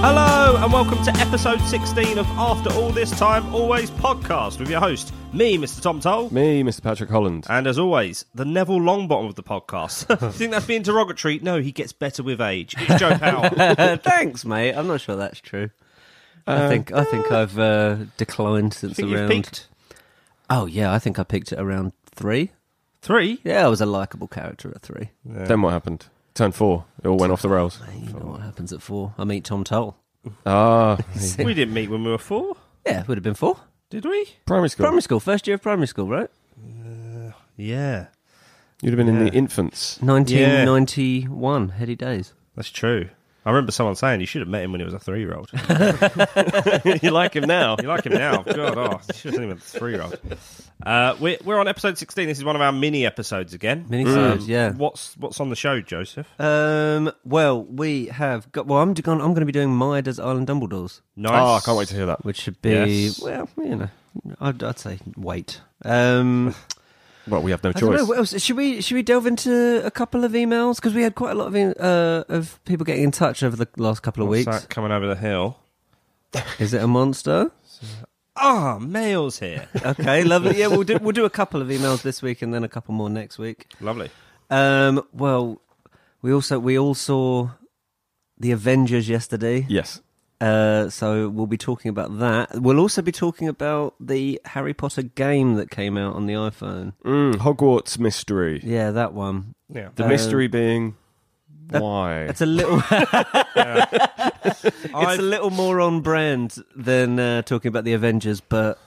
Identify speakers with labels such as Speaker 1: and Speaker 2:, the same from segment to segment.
Speaker 1: and welcome to episode 16 of After All This Time Always podcast with your host, me, Mr. Tom Toll.
Speaker 2: Me, Mr. Patrick Holland.
Speaker 1: And as always, the Neville Longbottom of the podcast. you think that's being derogatory? No, he gets better with age. It's Joe Powell.
Speaker 3: Thanks, mate. I'm not sure that's true. I think I think I've uh, declined since
Speaker 1: think you've
Speaker 3: around.
Speaker 1: peaked?
Speaker 3: Oh yeah, I think I picked it around three.
Speaker 1: Three?
Speaker 3: Yeah, I was a likable character at three.
Speaker 2: Then what happened? Turn four. It all went off the rails.
Speaker 3: You know what happens at four? I meet Tom Toll.
Speaker 2: Ah,
Speaker 1: We didn't meet when we were four,
Speaker 3: Yeah, it would have been four.
Speaker 1: did we?
Speaker 2: primary school.
Speaker 3: Primary school, first year of primary school, right?
Speaker 1: Yeah,
Speaker 2: You'd have been in
Speaker 1: Yeah.
Speaker 2: the infants.
Speaker 3: 1991, heady days.
Speaker 1: that's true. I remember someone saying you should have met him when he was a three year old.
Speaker 2: you like him now?
Speaker 1: You like him now? God, oh, you should have seen him as a three year old. Uh, we're, we're on episode 16. This is one of our mini episodes again. Um,
Speaker 3: Miniseries, yeah.
Speaker 1: What's, what's on the show, Joseph?
Speaker 3: Um, well, we have got. Well, I'm going. I'm going to be doing Maida's Island Dumbledores,
Speaker 1: Nice.
Speaker 2: Oh, I can't wait to hear that.
Speaker 3: which should be
Speaker 1: Yes.
Speaker 3: well, you know, I'd, I'd say wait. Um,
Speaker 2: Well, we have no
Speaker 3: I don't know,
Speaker 2: choice.
Speaker 3: what else? Should we should we delve into a couple of emails because we had quite a lot of in, uh, of people getting in touch over the last couple of
Speaker 1: What's
Speaker 3: weeks.
Speaker 1: that coming over the hill?
Speaker 3: Is it a monster?
Speaker 1: Ah, mail's here.
Speaker 3: Okay, lovely. Yeah, we'll do we'll do a couple of emails this week and then a couple more next week.
Speaker 1: Lovely.
Speaker 3: Um, well, we also we all saw the Avengers yesterday,
Speaker 2: Yes.
Speaker 3: uh, so we'll be talking about that. We'll also be talking about the Harry Potter game that came out on the iPhone.
Speaker 2: Mm, Hogwarts mystery.
Speaker 3: Yeah, that one.
Speaker 1: Yeah.
Speaker 2: The
Speaker 3: Uh,
Speaker 2: mystery being why?
Speaker 3: It's a little.
Speaker 1: I've-
Speaker 3: It's a little more on brand than uh, talking about the Avengers, but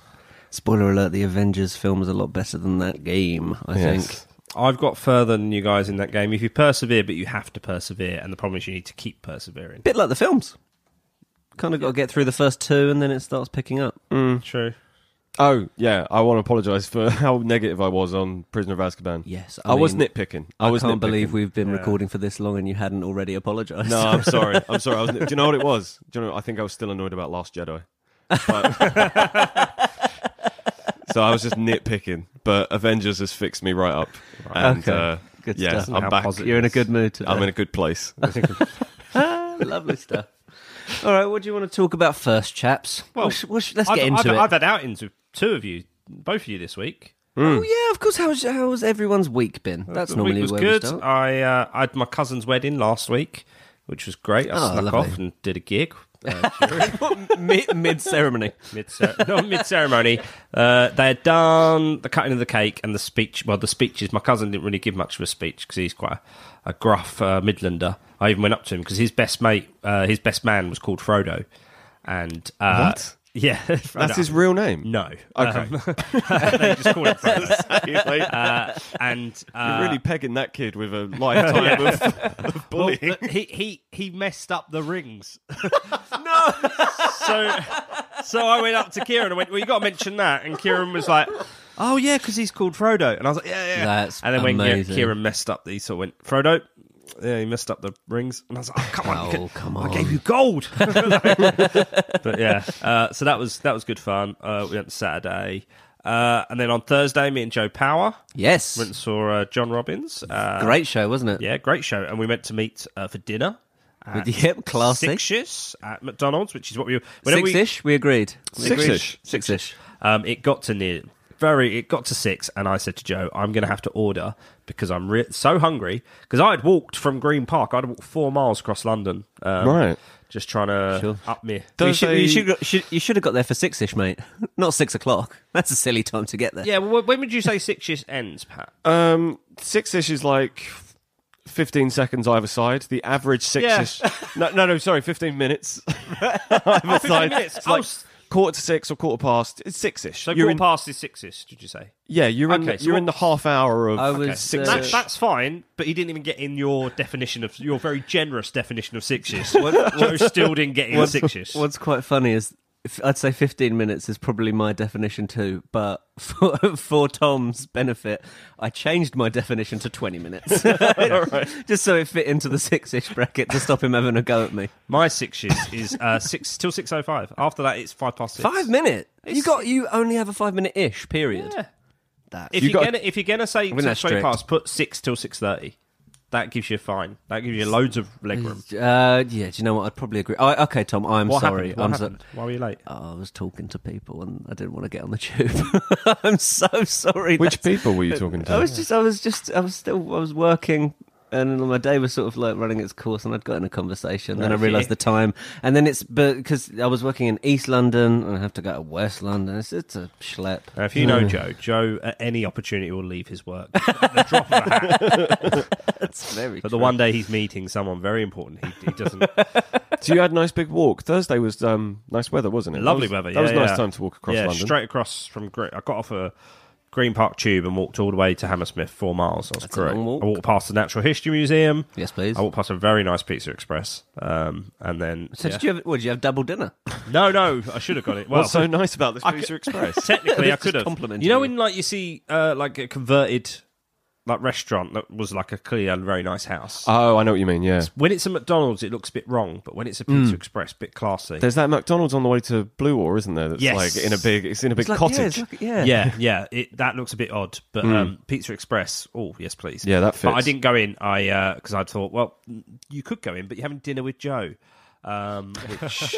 Speaker 3: spoiler alert: the Avengers film is a lot better than that game. I
Speaker 2: Yes.
Speaker 1: I've got further than you guys in that game. If you persevere, but you have to persevere, and the problem is you need to keep persevering.
Speaker 3: bit like the films. Kind of got to get through the first two, and then it starts picking up.
Speaker 1: True.
Speaker 2: Oh, yeah. I want to apologise for how negative I was on Prisoner of Azkaban.
Speaker 3: Yes,
Speaker 2: I, was
Speaker 3: mean,
Speaker 2: nitpicking. I,
Speaker 3: I,
Speaker 2: was
Speaker 3: can't
Speaker 2: nitpicking.
Speaker 3: believe we've been
Speaker 1: Yeah.
Speaker 3: recording for this long, and you hadn't already apologized.
Speaker 2: No, I'm sorry. I'm sorry. I was, do you know what it was? Do you know? I think I was still annoyed about Last Jedi. But- so I was just nitpicking, but Avengers has fixed me right up, and
Speaker 3: Okay.
Speaker 2: uh,
Speaker 3: Good
Speaker 2: yeah,
Speaker 3: stuff.
Speaker 2: I'm back.
Speaker 1: positive.
Speaker 3: You're in a good mood today.
Speaker 2: I'm in a good place.
Speaker 3: Ah, Lovely stuff. All right, what do you want to talk about first, chaps?
Speaker 1: Well,
Speaker 3: Well, sh- well, sh- let's
Speaker 1: I've,
Speaker 3: get
Speaker 1: I've,
Speaker 3: into it.
Speaker 1: I've had outings with two of you, both of you this week.
Speaker 3: Oh yeah, of course. How's how's everyone's week been? That's
Speaker 1: the
Speaker 3: normally
Speaker 1: week was
Speaker 3: where
Speaker 1: good.
Speaker 3: we start.
Speaker 1: I uh, I had my cousin's wedding last week, which was great. I
Speaker 2: Ah,
Speaker 3: Oh,
Speaker 1: snuck
Speaker 3: lovely.
Speaker 1: off and did a gig.
Speaker 3: mid, ceremony.
Speaker 1: Mid no mid ceremony, uh, they had done the cutting of the cake and the speech. Well, the speeches. My cousin didn't really give much of a speech because he's quite a, a gruff uh, Midlander. I even went up to him because his best mate, uh, his best man, was called Frodo, and uh,
Speaker 2: What?
Speaker 1: Yeah,
Speaker 2: That's his real name.
Speaker 1: no.
Speaker 2: Okay,
Speaker 1: Um, they just call it Frodo.
Speaker 2: You're like,
Speaker 1: Uh, and uh,
Speaker 2: you're really pegging that kid with a lifetime of, of bullying.
Speaker 1: Look, uh, he he he messed up the rings. no. so so I went up to Kieran and went, "Well, you got to mention that." And Kieran was like, "Oh yeah, because he's called Frodo." And I was like, "Yeah, yeah."
Speaker 3: That's
Speaker 1: and then when Ki-
Speaker 3: amazing.
Speaker 1: Kieran messed up, he sort of went, "Frodo." Yeah, he messed up the rings, and I was like, oh, "Come on, you
Speaker 3: Oh,
Speaker 1: could-
Speaker 3: come
Speaker 1: I gave
Speaker 3: on.
Speaker 1: you gold." but yeah, uh, so that was that was good fun. Uh, we went Saturday, uh, and then on Thursday, me and Joe Power
Speaker 3: Yes,
Speaker 1: went and saw uh, John Robbins. Uh,
Speaker 3: great show, wasn't it?
Speaker 1: yeah, great show. And we meant to meet uh, for dinner. at
Speaker 3: Yep, classy.
Speaker 1: Six-ish at McDonald's, which is what we whenever we-
Speaker 3: Six-ish. We, agreed.
Speaker 2: Six-ish.
Speaker 3: Six-ish.
Speaker 1: Um, it got to near very. It got to six, and I said to Joe, "I'm going to have to order because I'm re- so hungry." Because I had walked from Green Park, I'd walked four miles across London, um,
Speaker 2: Right.
Speaker 1: Just trying to
Speaker 3: Sure.
Speaker 1: up me.
Speaker 3: You
Speaker 2: Thursday-
Speaker 3: should, you, should, got- should, you should have got there for six-ish, mate. Not six o'clock. That's a silly time to get there.
Speaker 1: Yeah, well, when would you say six-ish ends, Pat?
Speaker 2: Um, six ish is like fifteen seconds either side. The average six ish. no, no, no. Sorry, fifteen minutes either side.
Speaker 1: minutes.
Speaker 2: It's
Speaker 1: Oh,
Speaker 2: like
Speaker 1: s-
Speaker 2: quarter to six or quarter past. It's six ish.
Speaker 1: So
Speaker 2: you're
Speaker 1: quarter
Speaker 2: in,
Speaker 1: past is six-ish. Did you say?
Speaker 2: yeah, you're in.
Speaker 1: Okay, so
Speaker 2: you're
Speaker 1: what-
Speaker 2: in the half hour of.
Speaker 3: I was,
Speaker 2: okay, six
Speaker 3: uh,
Speaker 1: That,
Speaker 2: ish.
Speaker 1: that's fine, but he didn't even get in your definition of your very generous definition of six-ish. Joe still didn't get in six-ish.
Speaker 3: What's quite funny is if- I'd say 15 minutes is probably my definition too, but for, for Tom's benefit, I changed my definition to 20 minutes. Just so it fit into the six ish bracket to stop him having a go at me.
Speaker 1: My six is, is uh, six till six oh five. After that, it's five past six.
Speaker 3: Five minute? You got you only have a five minute ish period.
Speaker 1: Yeah.
Speaker 3: That's
Speaker 1: If
Speaker 2: You
Speaker 1: you are
Speaker 2: got-
Speaker 1: gonna if you're gonna say
Speaker 3: that's
Speaker 1: six straight
Speaker 3: strict.
Speaker 1: past, put six till six thirty. that gives you a fine. That gives you loads of legroom.
Speaker 3: Uh, yeah, do you know what? I'd probably agree. I, okay, Tom, I'm
Speaker 1: What
Speaker 3: sorry.
Speaker 1: happened? What
Speaker 3: I'm so-
Speaker 1: happened? Why were you late?
Speaker 3: Oh, I was talking to people and I didn't want to get on the tube. I'm so sorry.
Speaker 2: Which
Speaker 3: That's-
Speaker 2: people were you talking to?
Speaker 3: I was just, I was just, I was still, I was working, and my day was sort of like running its course, and I'd got in a conversation, then I
Speaker 1: Right.
Speaker 3: realised the time, and then it's because I was working in East London, and I have to go to West London. It's, it's a schlep.
Speaker 1: Now, Uh, if you
Speaker 3: Hmm.
Speaker 1: know Joe, Joe at any opportunity will leave his work at the drop of a hat.
Speaker 3: It's very.
Speaker 1: But the one day he's meeting someone very important, he, he doesn't.
Speaker 2: so you had a nice big walk. Thursday was um, nice weather, wasn't it?
Speaker 1: Lovely
Speaker 2: That was-
Speaker 1: weather.
Speaker 2: That
Speaker 1: yeah,
Speaker 2: was a
Speaker 1: yeah.
Speaker 2: nice time to walk across
Speaker 1: yeah,
Speaker 2: London.
Speaker 1: straight across from. Gre- I got off a Green Park Tube and walked all the way to Hammersmith, four miles. That was
Speaker 3: That's a
Speaker 1: great.
Speaker 3: long walk.
Speaker 1: I walked past the Natural History Museum.
Speaker 3: Yes, please.
Speaker 1: I walked past a very nice Pizza Express, um, and then
Speaker 3: so
Speaker 1: yeah.
Speaker 3: did you have? What did you have? Double dinner?
Speaker 1: no, no, I should have got it. Well,
Speaker 2: What's so nice about this
Speaker 1: I
Speaker 2: Pizza
Speaker 1: could-
Speaker 2: Express?
Speaker 1: technically I
Speaker 3: Just
Speaker 1: could have.
Speaker 3: complimenting
Speaker 1: You know
Speaker 3: you.
Speaker 1: when like you see uh, like a converted like restaurant that was like a clearly a very nice house.
Speaker 2: Oh, I know what you mean. Yeah,
Speaker 1: when it's a McDonald's, it looks a bit wrong, but when it's a
Speaker 2: Hmm.
Speaker 1: Pizza Express, a bit classy.
Speaker 2: there's that McDonald's on the way to Blue War, isn't there? That's
Speaker 1: Yes.
Speaker 2: like in a big, it's in a big
Speaker 3: It's like, Yeah,
Speaker 2: cottage.
Speaker 3: it's like- yeah.
Speaker 1: yeah, yeah, it, that looks a bit odd, but
Speaker 3: Hmm.
Speaker 1: um, Pizza Express, oh yes, please.
Speaker 2: Yeah, that
Speaker 1: But I
Speaker 2: fits.
Speaker 1: didn't go in. I because I thought, well, you could go in, but you're having dinner with Joe. Um, which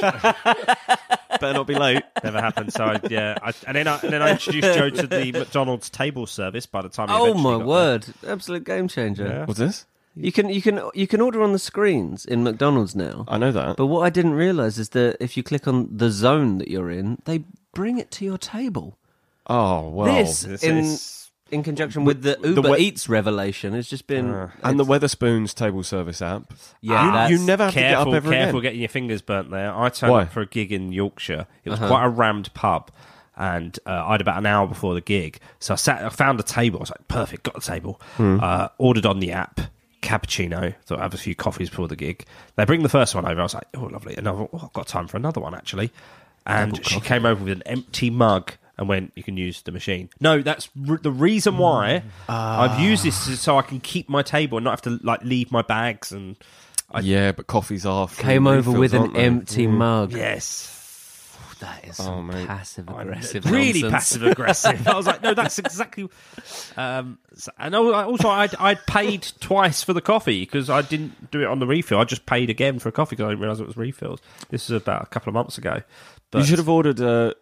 Speaker 2: Better not be late.
Speaker 1: never happened. So I, yeah, I, and then I, and then I introduced Joe to the McDonald's table service. By the time, he
Speaker 3: Oh
Speaker 1: eventually
Speaker 3: my
Speaker 1: got there.
Speaker 3: word! Absolute game changer.
Speaker 1: Yeah.
Speaker 2: What's this?
Speaker 3: You can you can you can order on the screens in McDonald's now.
Speaker 2: I know that.
Speaker 3: But what I didn't realize is that if you click on the zone that you're in, they bring it to your table.
Speaker 2: oh well.
Speaker 3: this,
Speaker 1: this
Speaker 3: in
Speaker 1: is-
Speaker 3: in conjunction with the Uber
Speaker 2: we- Ah.
Speaker 3: Eats revelation, has just been
Speaker 2: and the Weatherspoons table service app.
Speaker 3: yeah.
Speaker 2: You-
Speaker 3: that's,
Speaker 2: you, never have
Speaker 1: careful,
Speaker 2: to get up ever
Speaker 1: careful
Speaker 2: again.
Speaker 1: getting your fingers burnt there. I turned
Speaker 2: Why? Uh-huh.
Speaker 1: up for a gig in Yorkshire. It was quite a rammed pub, and uh, I had about an hour before the gig, so I sat. I found a table. I was like, perfect, got a table.
Speaker 2: Hmm.
Speaker 1: Uh, ordered on the app. Cappuccino. Thought I'd have a few coffees before the gig. They bring the first one over. I was like, oh, lovely. And I thought, oh, I've got time for another one actually. And she came over with an empty mug and went, you can use the machine. No, that's r- the reason why
Speaker 2: Hmm.
Speaker 1: I've
Speaker 2: Ah.
Speaker 1: used this is so I can keep my table and not have to like leave my bags and
Speaker 2: yeah, but coffees are free
Speaker 3: Came over
Speaker 2: refills,
Speaker 3: with
Speaker 2: aren't
Speaker 3: an
Speaker 2: they?
Speaker 3: empty mug.
Speaker 1: Yes.
Speaker 3: That is
Speaker 2: Oh, mate.
Speaker 3: passive aggressive.
Speaker 1: Really
Speaker 3: nonsense.
Speaker 1: passive aggressive. I was like, no, that's exactly. Um, so- and al- also, I'd, I'd paid twice for the coffee because I didn't do it on the refill. I just paid again for a coffee because I didn't realize it was refills. This was about a couple of months ago. But
Speaker 2: You should have ordered uh,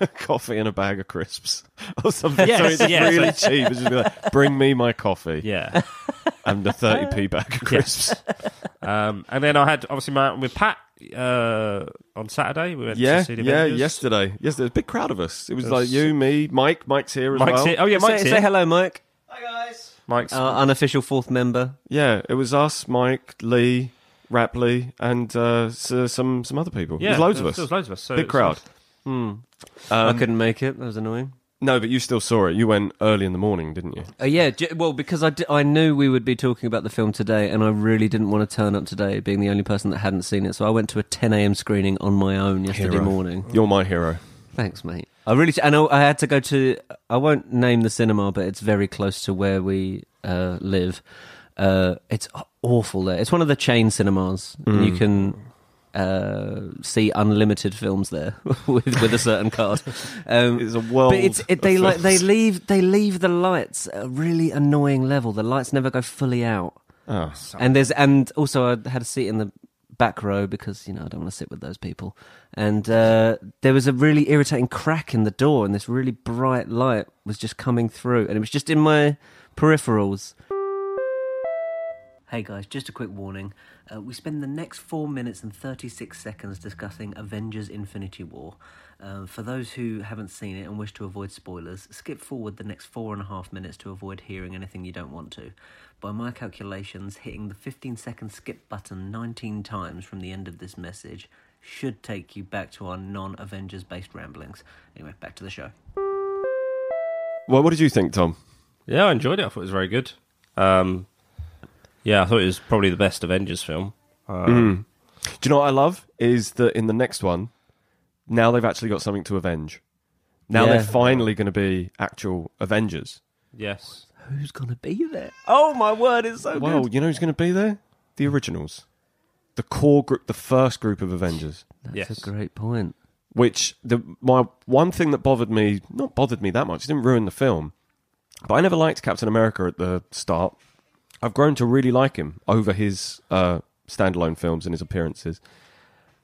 Speaker 2: a coffee and a bag of crisps or something. so
Speaker 1: Yes,
Speaker 2: it's
Speaker 1: yes.
Speaker 2: really cheap. It's just be like, bring me my coffee
Speaker 1: Yeah.
Speaker 2: and a 30p bag of crisps.
Speaker 1: Um, and then I had obviously my with Pat uh, on Saturday. We went
Speaker 2: Yeah,
Speaker 1: to see the
Speaker 2: yeah,
Speaker 1: Avengers.
Speaker 2: yesterday. Yesterday, a big crowd of us. It was
Speaker 1: It
Speaker 2: like
Speaker 1: was-
Speaker 2: you, me, Mike. Mike's here as
Speaker 1: Mike's
Speaker 2: well.
Speaker 1: here. Oh yeah, Mike's
Speaker 3: Say, say
Speaker 1: here.
Speaker 3: hello, Mike.
Speaker 1: Mike's
Speaker 2: Uh,
Speaker 3: Our unofficial fourth member.
Speaker 2: Yeah, it was us, Mike, Lee, Rapley, and uh, s- uh, some some other people.
Speaker 1: yeah,
Speaker 2: There's loads of
Speaker 1: there
Speaker 2: us.
Speaker 1: there was loads of us. So
Speaker 2: big
Speaker 1: it's
Speaker 2: crowd.
Speaker 3: Hmm. I couldn't make it. That was annoying.
Speaker 2: No, but you still saw it. You went early in the morning, didn't you?
Speaker 3: Uh, yeah, j- well, because I, d- I knew we would be talking about the film today, and I really didn't want to turn up today, being the only person that hadn't seen it. So I went to a 10 a.m. screening on my own yesterday
Speaker 2: Hero.
Speaker 3: morning.
Speaker 2: You're my hero.
Speaker 3: Thanks, mate. I really and I, I had to go to. I won't name the cinema, but it's very close to where we uh, live. Uh, it's awful there. It's one of the chain cinemas. and You can uh, see unlimited films there with with a certain card. Um,
Speaker 2: It's a world.
Speaker 3: but it's it,
Speaker 2: of
Speaker 3: they like they
Speaker 2: films.
Speaker 3: leave they leave the lights at a really annoying level. The lights never go fully out,
Speaker 2: Oh.
Speaker 3: and there's and also I had a seat in the back row because you know I don't want to sit with those people. And uh, there was a really irritating crack in the door, and this really bright light was just coming through, and it was just in my peripherals. Hey guys, just a quick warning. Uh, we spend the next 4 minutes and 36 seconds discussing Avengers Infinity War. Um, for those who haven't seen it and wish to avoid spoilers, skip forward the next four and a half minutes to avoid hearing anything you don't want to. By my calculations, hitting the 15 second skip button 19 times from the end of this message should take you back to our non Avengers based ramblings. Anyway, back to the show.
Speaker 2: Well, what did you think, Tom?
Speaker 1: Yeah, I enjoyed it. I thought it was very good. Um, yeah, I thought it was probably the best Avengers film. Um,
Speaker 3: Mm-hmm.
Speaker 2: Do you know what I love is that in the next one, now they've actually got something to avenge. Now
Speaker 3: Yeah.
Speaker 2: they're finally going to be actual Avengers.
Speaker 1: Yes.
Speaker 3: Who's gonna be there? Oh my word, it's so
Speaker 2: Well, you know who's going to be there? The originals, the core group, the first group of Avengers.
Speaker 3: That's
Speaker 1: Yes.
Speaker 3: a great point.
Speaker 2: Which the my one thing that bothered me not bothered me that much. It didn't ruin the film, but I never liked Captain America at the start. I've grown to really like him over his uh, standalone films and his appearances.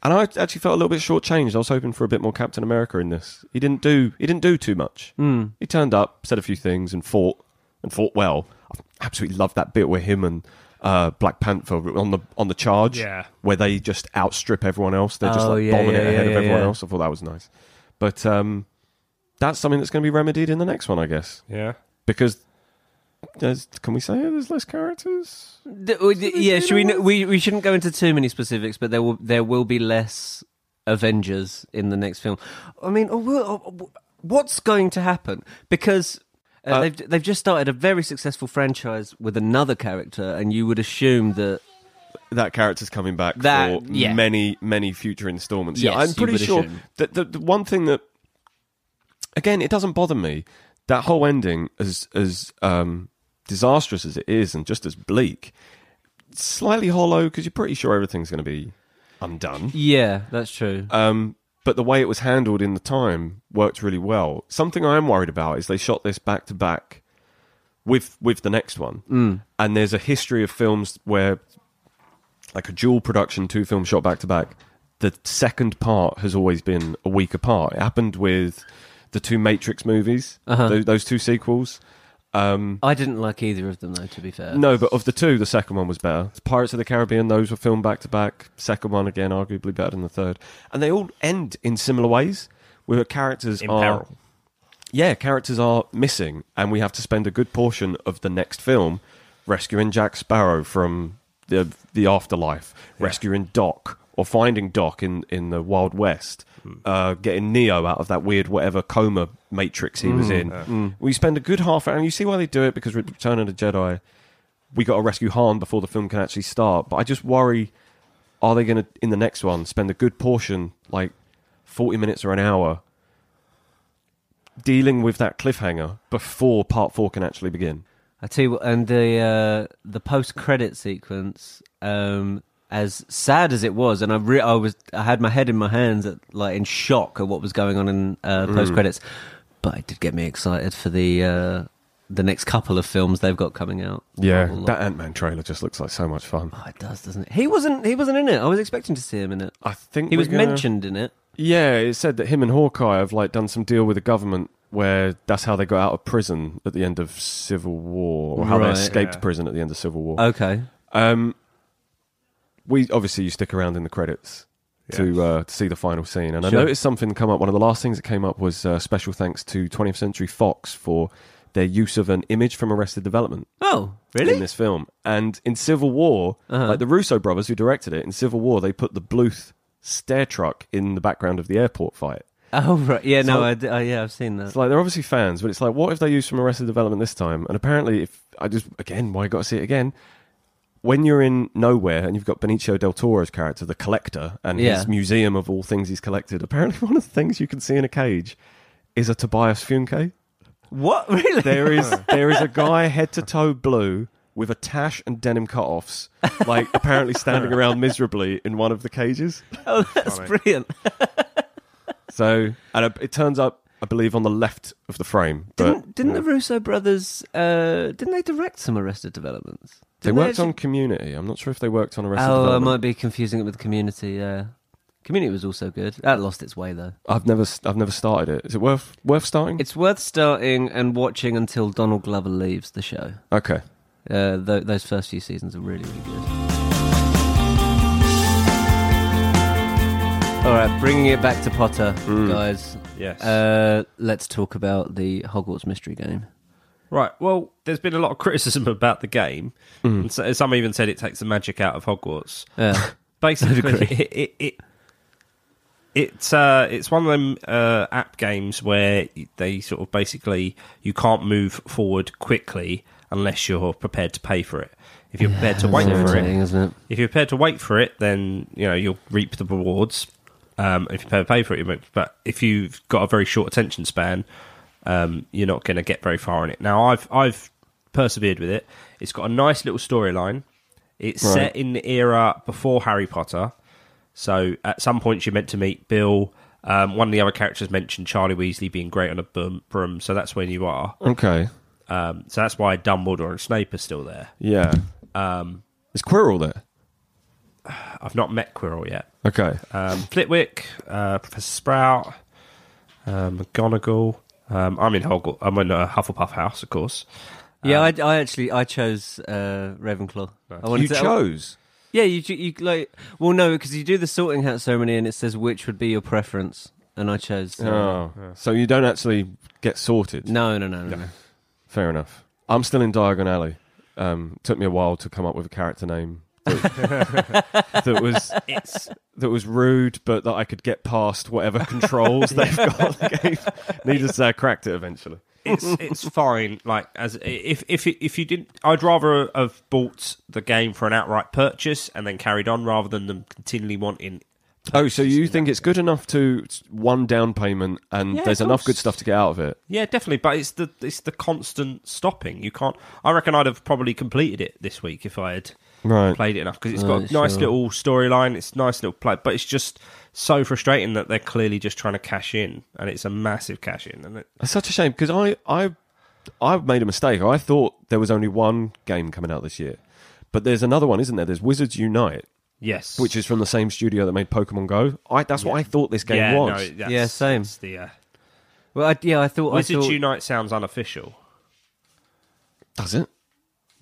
Speaker 2: And I actually felt a little bit shortchanged. I was hoping for a bit more Captain America in this. He didn't do. He didn't do too much. He turned up, said a few things, and fought and fought well. I absolutely loved that bit where him and uh, Black Panther were on the on the charge.
Speaker 1: Yeah.
Speaker 2: where they just outstrip everyone else. They're just
Speaker 3: Oh,
Speaker 2: like
Speaker 3: yeah,
Speaker 2: bombing
Speaker 3: yeah,
Speaker 2: it ahead
Speaker 3: yeah,
Speaker 2: of everyone
Speaker 3: yeah.
Speaker 2: else. I thought that was nice. But um, that's something that's going to be remedied in the next one, I guess.
Speaker 1: Yeah.
Speaker 2: Because there's, can we say it? there's less characters?
Speaker 3: D- we- d- oh, yeah, should we, we we shouldn't go into too many specifics, but there will there will be less Avengers in the next film. I mean, oh, well, oh, oh, what's going to happen? Because uh, they've they've just started a very successful franchise with another character, and you would assume that
Speaker 2: that character's coming back
Speaker 3: That-
Speaker 2: for
Speaker 3: yeah.
Speaker 2: many, many future installments. yeah,
Speaker 3: Yes,
Speaker 2: I'm
Speaker 3: you
Speaker 2: pretty
Speaker 3: would
Speaker 2: sure
Speaker 3: assume.
Speaker 2: that the, the one thing that, again, it doesn't bother me. That whole ending, as as um, disastrous as it is, and just as bleak, slightly hollow because you're pretty sure everything's going to be undone.
Speaker 3: yeah, that's true.
Speaker 2: Um, but the way it was handled in the time worked really well. Something I am worried about is they shot this back to back with with the next one, mm. and there's a history of films where, like a dual production, two films shot back to back, the second part has always been a week apart. It happened with the two Matrix movies, tho- those two sequels.
Speaker 3: I didn't like either of them though. To be fair,
Speaker 2: No, but of the two, the second one was better. Pirates of the Caribbean, those were filmed back to back. Second one, again, arguably better than the third. And they all end in similar ways, where characters
Speaker 1: In
Speaker 2: are.
Speaker 1: peril.
Speaker 2: Yeah, characters are missing, and we have to spend a good portion of the next film rescuing Jack Sparrow from the the afterlife, rescuing Doc or finding Doc in in the Wild West,
Speaker 1: Hmm.
Speaker 2: uh, getting Neo out of that weird whatever coma matrix he
Speaker 1: Hmm.
Speaker 2: was in. Hmm. We spend a good half hour, and you see why they do it because Return of the Jedi we got to rescue Han before the film can actually start. But I just worry, are they going to in the next one spend a good portion, like forty minutes or an hour, dealing with that cliffhanger before part four can actually begin?
Speaker 3: I tell you what, and the uh, the post credit sequence, um, as sad as it was, and I re- I was I had my head in my hands, at, like in shock at what was going on in uh,
Speaker 2: Mm.
Speaker 3: post credits, but it did get me excited for the uh, the next couple of films they've got coming out. Oh,
Speaker 2: that Ant Man trailer just looks like so much fun.
Speaker 3: oh, it does, doesn't it? He wasn't he wasn't in it. I was expecting to see him in it.
Speaker 2: I think
Speaker 3: He
Speaker 2: we're
Speaker 3: was
Speaker 2: gonna-
Speaker 3: mentioned in it.
Speaker 2: Yeah, it said that him and Hawkeye have like done some deal with the government where that's how they got out of prison at the end of Civil War, or how
Speaker 3: Right. Uh,
Speaker 2: they escaped
Speaker 1: Yeah.
Speaker 2: prison at the end of Civil War.
Speaker 3: Okay,
Speaker 2: Um, we obviously you stick around in the credits to, uh, to see the final scene, and
Speaker 3: Sure.
Speaker 2: I noticed something come up. One of the last things that came up was uh, special thanks to 20th Century Fox for their use of an image from Arrested Development
Speaker 3: oh
Speaker 2: in
Speaker 3: really? Uh-huh.
Speaker 2: this film. And in Civil War, like the Russo brothers who directed it, in Civil War they put the Bluth stair truck in the background of the airport fight.
Speaker 3: Oh right, yeah, no,
Speaker 2: So-
Speaker 3: I d- oh, yeah, I've seen that.
Speaker 2: It's like they're obviously fans, but it's like, what if they use from Arrested Development this time? And apparently, if I just again, why got to see it again? When you're in nowhere and you've got Benicio del Toro's character, the collector, and
Speaker 3: Yeah.
Speaker 2: his museum of all things he's collected, apparently one of the things you can see in a cage is a Tobias Funke.
Speaker 3: What really?
Speaker 2: There is there is a guy head to toe blue with a tash and denim cutoffs, like apparently standing around miserably in one of the cages.
Speaker 3: oh, that's
Speaker 1: Funny.
Speaker 3: brilliant.
Speaker 2: So, and it- it turns up, I believe, on the left of the frame. but-
Speaker 3: Didn't didn't the Russo brothers? Uh, didn't they direct some Arrested Developments?
Speaker 2: They
Speaker 3: Didn't
Speaker 2: worked
Speaker 3: actually-
Speaker 2: on Community. I'm not sure if they worked on Arrested
Speaker 3: Oh, I
Speaker 2: Development.
Speaker 3: might be confusing it with Community. Yeah, Community was also good. That lost its way though.
Speaker 2: I've never, I've never started it. Is it worth worth starting?
Speaker 3: It's worth starting and watching until Donald Glover leaves the show.
Speaker 2: okay.
Speaker 3: Uh, th- those first few seasons are really really good. All right, bringing it back to Potter,
Speaker 2: Mm.
Speaker 3: guys.
Speaker 1: Yes.
Speaker 3: Uh, let's talk about the Hogwarts Mystery Game.
Speaker 1: Right. Well, there's been a lot of criticism about the game,
Speaker 3: Mm-hmm.
Speaker 1: and so, some even said it takes the magic out of Hogwarts.
Speaker 3: Yeah.
Speaker 1: Basically,
Speaker 3: I'd agree.
Speaker 1: it, it, it it's uh, it's one of them uh, app games where they sort of basically you can't move forward quickly unless you're prepared to pay for it. If you're prepared to wait
Speaker 3: It's
Speaker 1: for it,
Speaker 3: irritating, isn't it?
Speaker 1: if you're prepared to wait for it, then you know you'll reap the rewards. Um, if you're prepared to pay for it, you might- but if you've got a very short attention span, um, you're not going to get very far in it. Now, I've I've persevered with it. It's got a nice little storyline. It's
Speaker 2: Right.
Speaker 1: set in the era before Harry Potter, so at some point you're meant to meet Bill. Um, one of the other characters mentioned Charlie Weasley being great on a broom, broom so that's when you are
Speaker 2: Okay.
Speaker 1: Um, so that's why Dumbledore and Snape are still there.
Speaker 2: Yeah.
Speaker 1: Um,
Speaker 2: Is Quirrell there?
Speaker 1: I've not met Quirrell yet.
Speaker 2: Okay.
Speaker 1: Um, Flitwick, uh, Professor Sprout, uh, McGonagall. Um, I'm in Hogwarts. I'm in a Hufflepuff house, of course.
Speaker 3: Yeah, I, I actually I chose uh, Ravenclaw. I wanted
Speaker 2: you
Speaker 3: to-
Speaker 2: chose.
Speaker 3: Yeah, you ju- you like well no because you do the sorting hat ceremony and it says which would be your preference and I chose uh,
Speaker 2: Oh. So you don't actually get sorted.
Speaker 3: no no no no. no.
Speaker 2: Fair enough. I'm still in Diagon Alley. Um, took me a while to come up with a character name that, that was
Speaker 1: It's
Speaker 2: that was rude, but that I could get past whatever controls they've got. Like, needless to say, I cracked it eventually.
Speaker 1: it's it's fine. Like as if if if you didn't, I'd rather have bought the game for an outright purchase and then carried on rather than them continually wanting.
Speaker 2: Oh, so you think it's good enough to it's one down payment, and
Speaker 1: Yeah,
Speaker 2: there's
Speaker 1: of
Speaker 2: enough
Speaker 1: course.
Speaker 2: good stuff to get out of it?
Speaker 1: Yeah, definitely. But it's the it's the constant stopping. You can't. I reckon I'd have probably completed it this week if I had
Speaker 2: Right.
Speaker 1: played it enough because it's
Speaker 3: Right,
Speaker 1: got a nice
Speaker 3: sure.
Speaker 1: little storyline. It's nice little play, but it's just so frustrating that they're clearly just trying to cash in, and it's a massive cash in. And it,
Speaker 2: That's such a shame because I, I, I made a mistake. I thought there was only one game coming out this year, but there's another one, isn't there? There's Wizards Unite,
Speaker 1: yes,
Speaker 2: which is from the same studio that made Pokemon Go. I that's what I thought this game
Speaker 1: yeah,
Speaker 2: was.
Speaker 1: No, that's,
Speaker 3: Yeah, same.
Speaker 1: that's the uh,
Speaker 3: Well I, yeah I thought I
Speaker 1: Wizards
Speaker 3: thought
Speaker 1: Unite sounds unofficial.
Speaker 2: Does it?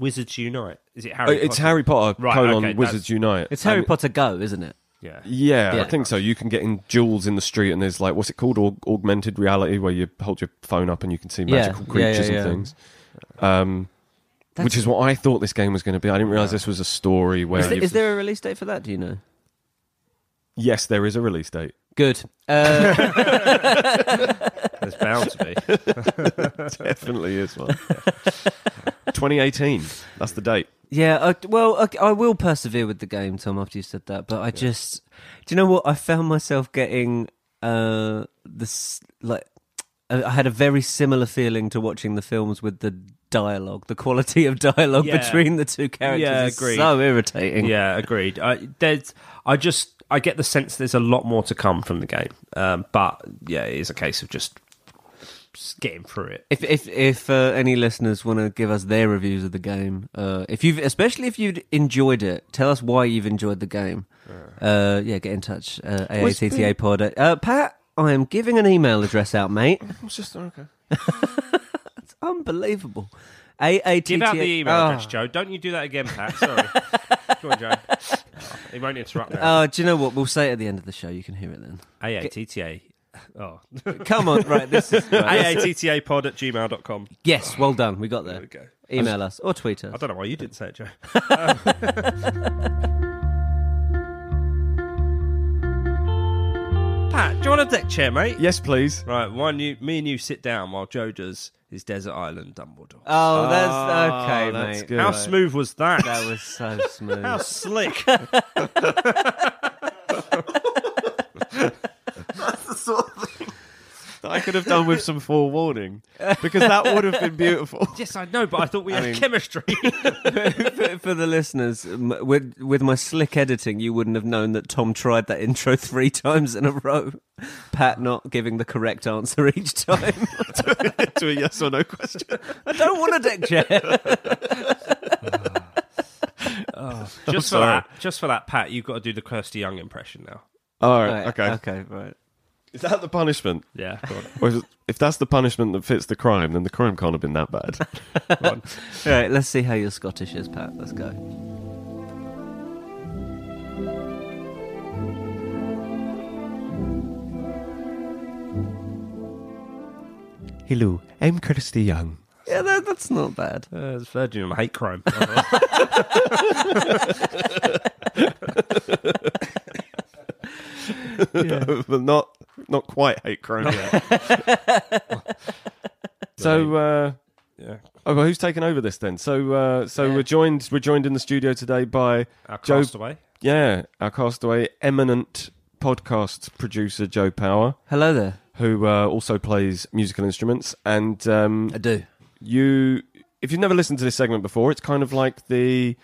Speaker 1: Wizards Unite is it
Speaker 2: Oh,
Speaker 3: Uh,
Speaker 1: Harry?
Speaker 2: it's
Speaker 1: Potter?
Speaker 2: Harry Potter
Speaker 1: Right,
Speaker 2: colon
Speaker 1: okay,
Speaker 2: Wizards
Speaker 1: that's-
Speaker 2: Unite.
Speaker 3: it's Harry
Speaker 2: And-
Speaker 3: Potter Go isn't it
Speaker 1: Yeah,
Speaker 2: Yeah,
Speaker 3: Yeah.
Speaker 2: I think so. You can get in duels in the street, and there's like what's it called, Aug- augmented reality, where you hold your phone up and you can see
Speaker 3: Yeah,
Speaker 2: magical
Speaker 3: yeah, yeah,
Speaker 2: creatures
Speaker 3: yeah.
Speaker 2: and things. Um,
Speaker 3: That's-
Speaker 2: which is what I thought this game was going to be. I didn't realize this was a story where.
Speaker 3: is, there,
Speaker 2: you-
Speaker 3: is there a release date for that do you know
Speaker 2: Yes, there is a release date.
Speaker 3: good uh,
Speaker 1: there's bound to be.
Speaker 2: Definitely is one. 2018. That's the date.
Speaker 3: yeah I, well I, I will persevere with the game Tom after you said that but I just do you know what I found myself getting uh this like I I had a very similar feeling to watching the films with the dialogue. The quality of dialogue
Speaker 1: Yeah.
Speaker 3: between the two characters
Speaker 1: Yeah,
Speaker 3: is
Speaker 1: agreed.
Speaker 3: so irritating.
Speaker 1: yeah, agreed. I, there's, I just, I get the sense there's a lot more to come from the game, um, but yeah, it is a case of just, just getting through it.
Speaker 3: If if if uh, any listeners want to give us their reviews of the game, uh, if you've especially if you've enjoyed it, tell us why you've enjoyed the game. Uh, yeah, get in touch. Uh,
Speaker 2: it's
Speaker 3: AATTA pod. at- Uh, Pat, I am giving an email address out, mate.
Speaker 2: It's just okay.
Speaker 3: Unbelievable. AATTA.
Speaker 1: Give out the email
Speaker 3: Oh.
Speaker 1: address, Joe. Don't you do that again, Pat. Sorry. Come on, Joe. He won't interrupt now.
Speaker 3: Uh, do you know what? We'll say it at the end of the show. You can hear it then.
Speaker 1: AATTA. Oh.
Speaker 3: Come on, right? This is right.
Speaker 1: AATTA pod at gmail.com.
Speaker 3: yes. Well done. We got there.
Speaker 1: we go.
Speaker 3: Email us or tweet us.
Speaker 1: I don't know why you didn't say it, Joe. Pat, do you want a deck chair, mate?
Speaker 2: Yes, please.
Speaker 1: Right, why don't you, me and you sit down while Joe does his Desert Island Dumbledore.
Speaker 3: Oh, that's okay,
Speaker 2: that's
Speaker 3: mate.
Speaker 2: good.
Speaker 1: How
Speaker 2: right.
Speaker 1: smooth was that?
Speaker 3: That was so smooth.
Speaker 1: How slick.
Speaker 2: I could have done with some forewarning because that would have been beautiful.
Speaker 1: yes, I know, but I thought we had
Speaker 2: mean-
Speaker 1: chemistry.
Speaker 3: for, for the listeners, m- with, with my slick editing, you wouldn't have known that Tom tried that intro three times in a row. Pat not giving the correct answer each time.
Speaker 2: to a yes or no question.
Speaker 3: I don't want a deck chair.
Speaker 1: just for
Speaker 2: sorry.
Speaker 1: that, just for that, Pat, you've got to do the Kirsty Young impression now.
Speaker 2: All right. Okay.
Speaker 3: Okay, right.
Speaker 2: Is that the punishment?
Speaker 1: Yeah, go on.
Speaker 2: Or is it- if that's the punishment that fits the crime, then the crime can't have been that bad.
Speaker 3: All right, let's see how your Scottish is, Pat. Let's go.
Speaker 2: Hello, I'm Kirsty Young.
Speaker 3: Yeah, that, that's not bad.
Speaker 1: Uh, it's Virgin and hate crime.
Speaker 2: but not not quite hate crime yet. so, uh,
Speaker 1: yeah.
Speaker 2: oh, well, who's taken over this then? So, uh, so
Speaker 3: Yeah.
Speaker 2: we're joined. We're joined in the studio today by
Speaker 1: Our
Speaker 2: Joe-
Speaker 1: castaway.
Speaker 2: yeah, our castaway, eminent podcast producer Joe Power,
Speaker 3: Hello there.
Speaker 2: who uh, also plays musical instruments. And um,
Speaker 3: I do.
Speaker 2: you, if you've never listened to this segment before, it's kind of like the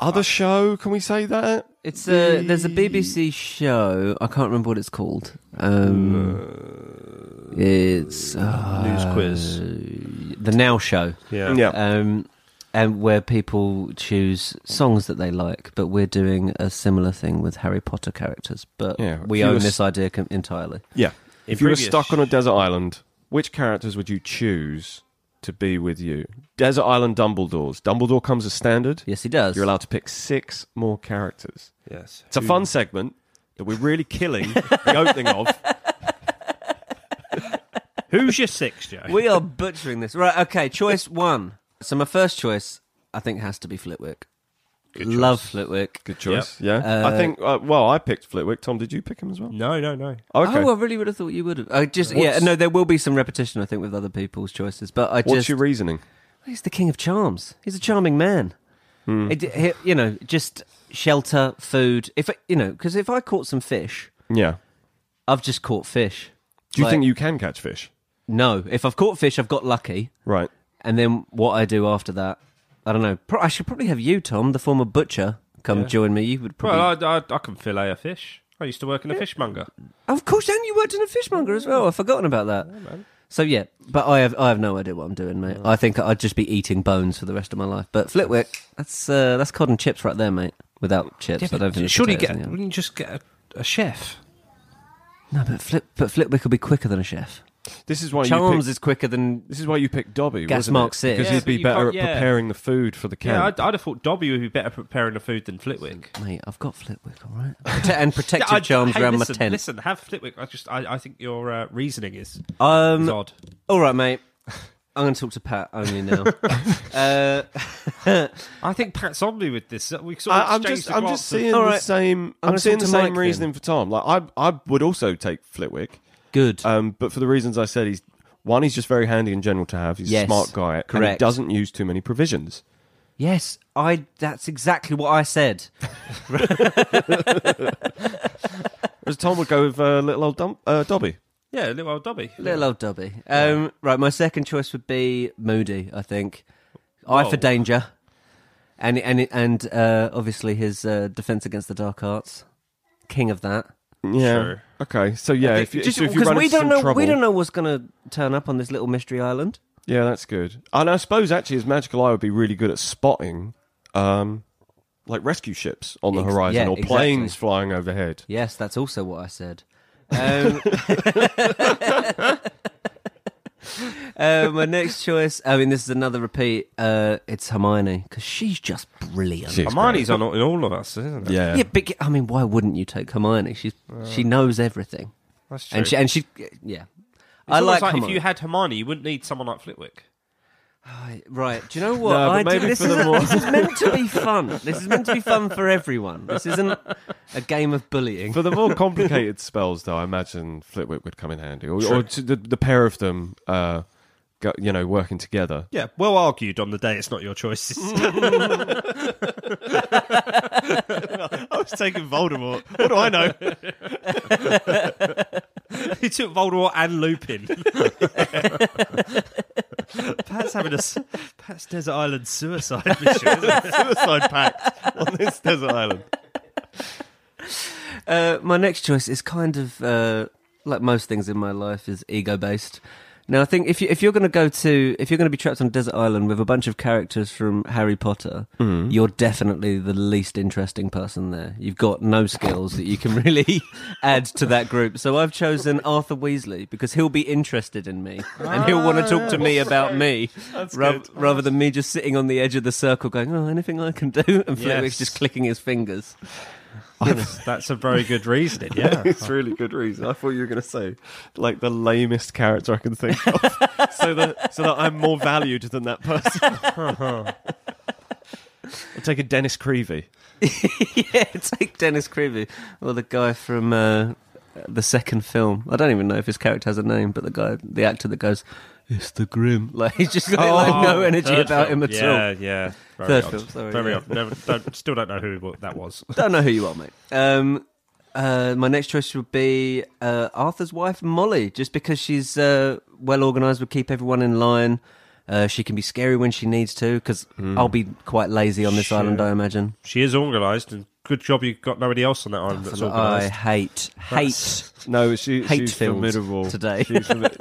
Speaker 2: other show. Can we say that?
Speaker 3: It's a there's a BBC show. I can't remember what it's called. Um, it's uh,
Speaker 1: News quiz.
Speaker 3: The the Now Show.
Speaker 1: Yeah.
Speaker 2: Yeah.
Speaker 3: Um, and where people choose songs that they like, but we're doing a similar thing with Harry Potter characters. But
Speaker 2: Yeah,
Speaker 3: we
Speaker 2: if you
Speaker 3: own
Speaker 2: were s-
Speaker 3: this idea com- entirely.
Speaker 2: Yeah.
Speaker 1: In
Speaker 2: If you were
Speaker 1: previous-
Speaker 2: stuck on a desert island, which characters would you choose to be with you? Desert Island Dumbledores. Dumbledore comes as standard.
Speaker 3: Yes, he does.
Speaker 2: You're allowed to pick six more characters.
Speaker 1: Yes.
Speaker 2: It's a fun segment that we're really killing the opening of.
Speaker 1: Who's your six, Joe?
Speaker 3: we are butchering this. Right, okay, choice one. So my first choice, I think, has to be Flitwick. Love Flitwick.
Speaker 2: Good choice. Yeah. I think, uh, well, I picked Flitwick. Tom, did you pick him as well?
Speaker 1: no, no, no.
Speaker 2: Okay.
Speaker 3: Oh, I really would have thought you would have. I just, yeah,
Speaker 2: What's-
Speaker 3: no, there will be some repetition, I think, with other people's choices. But I
Speaker 2: What's
Speaker 3: just,
Speaker 2: your reasoning?
Speaker 3: he's the king of charms. He's a charming man.
Speaker 2: Hmm.
Speaker 3: It- he- you know, just shelter, food. If I, you know, because if I caught some fish,
Speaker 2: Yeah.
Speaker 3: I've just caught fish.
Speaker 2: Do you
Speaker 3: Like-
Speaker 2: think you can catch fish?
Speaker 3: No, if I've caught fish, I've got lucky.
Speaker 2: Right.
Speaker 3: And then what I do after that, I don't know. Pro- I should probably have you, Tom, the former butcher, come join me. You would probably.
Speaker 1: Well, I, I, I can fillet a fish. I used to work in a fishmonger.
Speaker 3: of course, and you worked in a fishmonger as well. I've forgotten about that. so yeah, but I have I have no idea what I'm doing, mate. I think I'd just be eating bones for the rest of my life. But Flitwick, that's uh, that's cod and chips right there, mate. Without chips, I don't think.
Speaker 1: surely
Speaker 3: Surely
Speaker 1: you get, wouldn't you just get a, a chef?
Speaker 3: no, but Flip, but Flitwick will be quicker than a chef.
Speaker 2: This
Speaker 1: Oh,
Speaker 2: is why you
Speaker 3: Charms
Speaker 2: picked,
Speaker 3: is quicker than
Speaker 2: this is why you picked Dobby.
Speaker 3: Gas
Speaker 2: wasn't
Speaker 3: Mark
Speaker 2: it?
Speaker 3: six.
Speaker 2: Because
Speaker 1: Yeah,
Speaker 2: he'd be
Speaker 1: but you
Speaker 2: better at
Speaker 1: can't- yeah.
Speaker 2: preparing the food for the
Speaker 1: Yeah,
Speaker 2: camp.
Speaker 1: I'd, I'd have thought Dobby would be better at preparing the food than Flitwick.
Speaker 3: mate. I've got Flitwick, all right, Prote- and protective
Speaker 1: Yeah, I'd-
Speaker 3: charms
Speaker 1: hey,
Speaker 3: around
Speaker 1: listen,
Speaker 3: my tent.
Speaker 1: Listen, have Flitwick. I just, I, I think your uh, reasoning is,
Speaker 3: Um,
Speaker 1: is odd.
Speaker 3: All right, mate. I'm going to talk to Pat only now. uh,
Speaker 1: I think Pat's on me with this. uh, We sort of
Speaker 2: I, I'm
Speaker 1: exchanged
Speaker 2: just,
Speaker 1: the Oh,
Speaker 2: I'm
Speaker 1: glance
Speaker 2: just
Speaker 1: of-
Speaker 2: seeing
Speaker 3: All
Speaker 2: the
Speaker 3: right.
Speaker 2: same.
Speaker 3: I'm
Speaker 2: I'm,
Speaker 3: gonna
Speaker 2: seeing the
Speaker 3: talk to
Speaker 2: same
Speaker 3: Mike
Speaker 2: reasoning for Tom. Like I, I would also take Flitwick,
Speaker 3: good.
Speaker 2: um, but for the reasons I said, he's one. He's just very handy in general to have. He's
Speaker 3: Yes,
Speaker 2: a smart guy. And he
Speaker 3: correct.
Speaker 2: doesn't use too many provisions.
Speaker 3: yes, I. That's exactly what I said.
Speaker 2: Whereas Tom would go with uh, little old Dum- uh, Dobby.
Speaker 1: yeah, little old Dobby.
Speaker 3: Little old Dobby. Um, Right, my second choice would be Moody. I think eye
Speaker 1: Whoa.
Speaker 3: for danger, and and and uh, obviously his uh, defense against the dark arts, king of that.
Speaker 2: Yeah.
Speaker 1: Sure.
Speaker 2: Okay. So yeah,
Speaker 1: Okay,
Speaker 2: if you,
Speaker 1: just-
Speaker 2: so if you
Speaker 3: Because
Speaker 2: run
Speaker 3: we
Speaker 2: into
Speaker 3: don't
Speaker 2: some
Speaker 3: know,
Speaker 2: trouble,
Speaker 3: we don't know what's going to turn up on this little mystery island.
Speaker 2: Yeah, that's good. And I suppose actually his magical eye would be really good at spotting, um, like rescue ships on the
Speaker 3: Ex-
Speaker 2: horizon
Speaker 3: yeah,
Speaker 2: or
Speaker 3: exactly.
Speaker 2: planes flying overhead.
Speaker 3: Yes, that's also what I said. Um, uh, my next choice. I mean, this is another repeat. Uh, it's Hermione because she's just brilliant.
Speaker 2: She's
Speaker 1: Hermione's on all- in all of us, isn't it?
Speaker 2: Yeah.
Speaker 3: yeah, but I mean, why wouldn't you take Hermione? She's she knows everything,
Speaker 1: that's true.
Speaker 3: and she and she yeah.
Speaker 1: It's
Speaker 3: I
Speaker 1: almost
Speaker 3: like,
Speaker 1: like if
Speaker 3: Hermione.
Speaker 1: you had Hermione, you wouldn't need someone like Flitwick.
Speaker 3: right. Do you know what?
Speaker 2: No, but
Speaker 3: I do-
Speaker 2: maybe
Speaker 3: this,
Speaker 2: for the
Speaker 3: isn't-
Speaker 2: more-
Speaker 3: this is meant to be fun. This is meant to be fun for everyone. This isn't a game of bullying.
Speaker 2: For the more complicated spells, though, I imagine Flitwick would come in handy, or, or to the, the pair of them, uh, go, you know, working together.
Speaker 1: Yeah, well argued on the day it's not your choices. I was taking Voldemort. What do I know? he took Voldemort and Lupin. Pat's having a s- Pat's Desert Island suicide mission. isn't it? suicide pact on this desert island.
Speaker 3: Uh, my next choice is kind of uh, like most things in my life is ego based. Now I think if you if you're going to go to if you're going to be trapped on a desert island with a bunch of characters from Harry Potter, you're definitely the least interesting person there. You've got no skills that you can really add to that group. So I've chosen Arthur Weasley because he'll be interested in me and he'll want to talk to me about me rather, rather than me just sitting on the edge of the circle going, "Oh, anything I can do," and
Speaker 1: Yes.
Speaker 3: Flitwick's just clicking his fingers.
Speaker 1: That's, that's a very good reasoning. Yeah,
Speaker 2: It's really good reason. I thought you were going to say like the lamest character I can think of, so that so that I'm more valued than that person. I'll take a Dennis Creevy.
Speaker 3: yeah, take Dennis Creevy or the guy from uh, the second film. I don't even know if his character has a name, but the guy, the actor that goes, "It's the Grim," like he's just got like no energy about him at all.
Speaker 1: Oh. yeah, Yeah, Very
Speaker 3: Oh, Third
Speaker 1: odd.
Speaker 3: film, sorry,
Speaker 1: Very
Speaker 3: yeah.
Speaker 1: odd. Never, don't, still don't know who that was.
Speaker 3: Don't know who you are, mate. Um, uh, my next choice would be uh, Arthur's wife, Molly, just because she's uh, well organised, would keep everyone in line. Uh, she can be scary when she needs to, because
Speaker 1: Hmm.
Speaker 3: I'll be quite lazy on this
Speaker 1: Sure.
Speaker 3: island, I imagine.
Speaker 1: She is organised, and good job you've got nobody else on that island that's
Speaker 3: I
Speaker 1: organised.
Speaker 3: hate, hate,
Speaker 2: No, she,
Speaker 3: hate
Speaker 2: she's
Speaker 3: films
Speaker 2: formidable
Speaker 3: today.
Speaker 2: She's formi-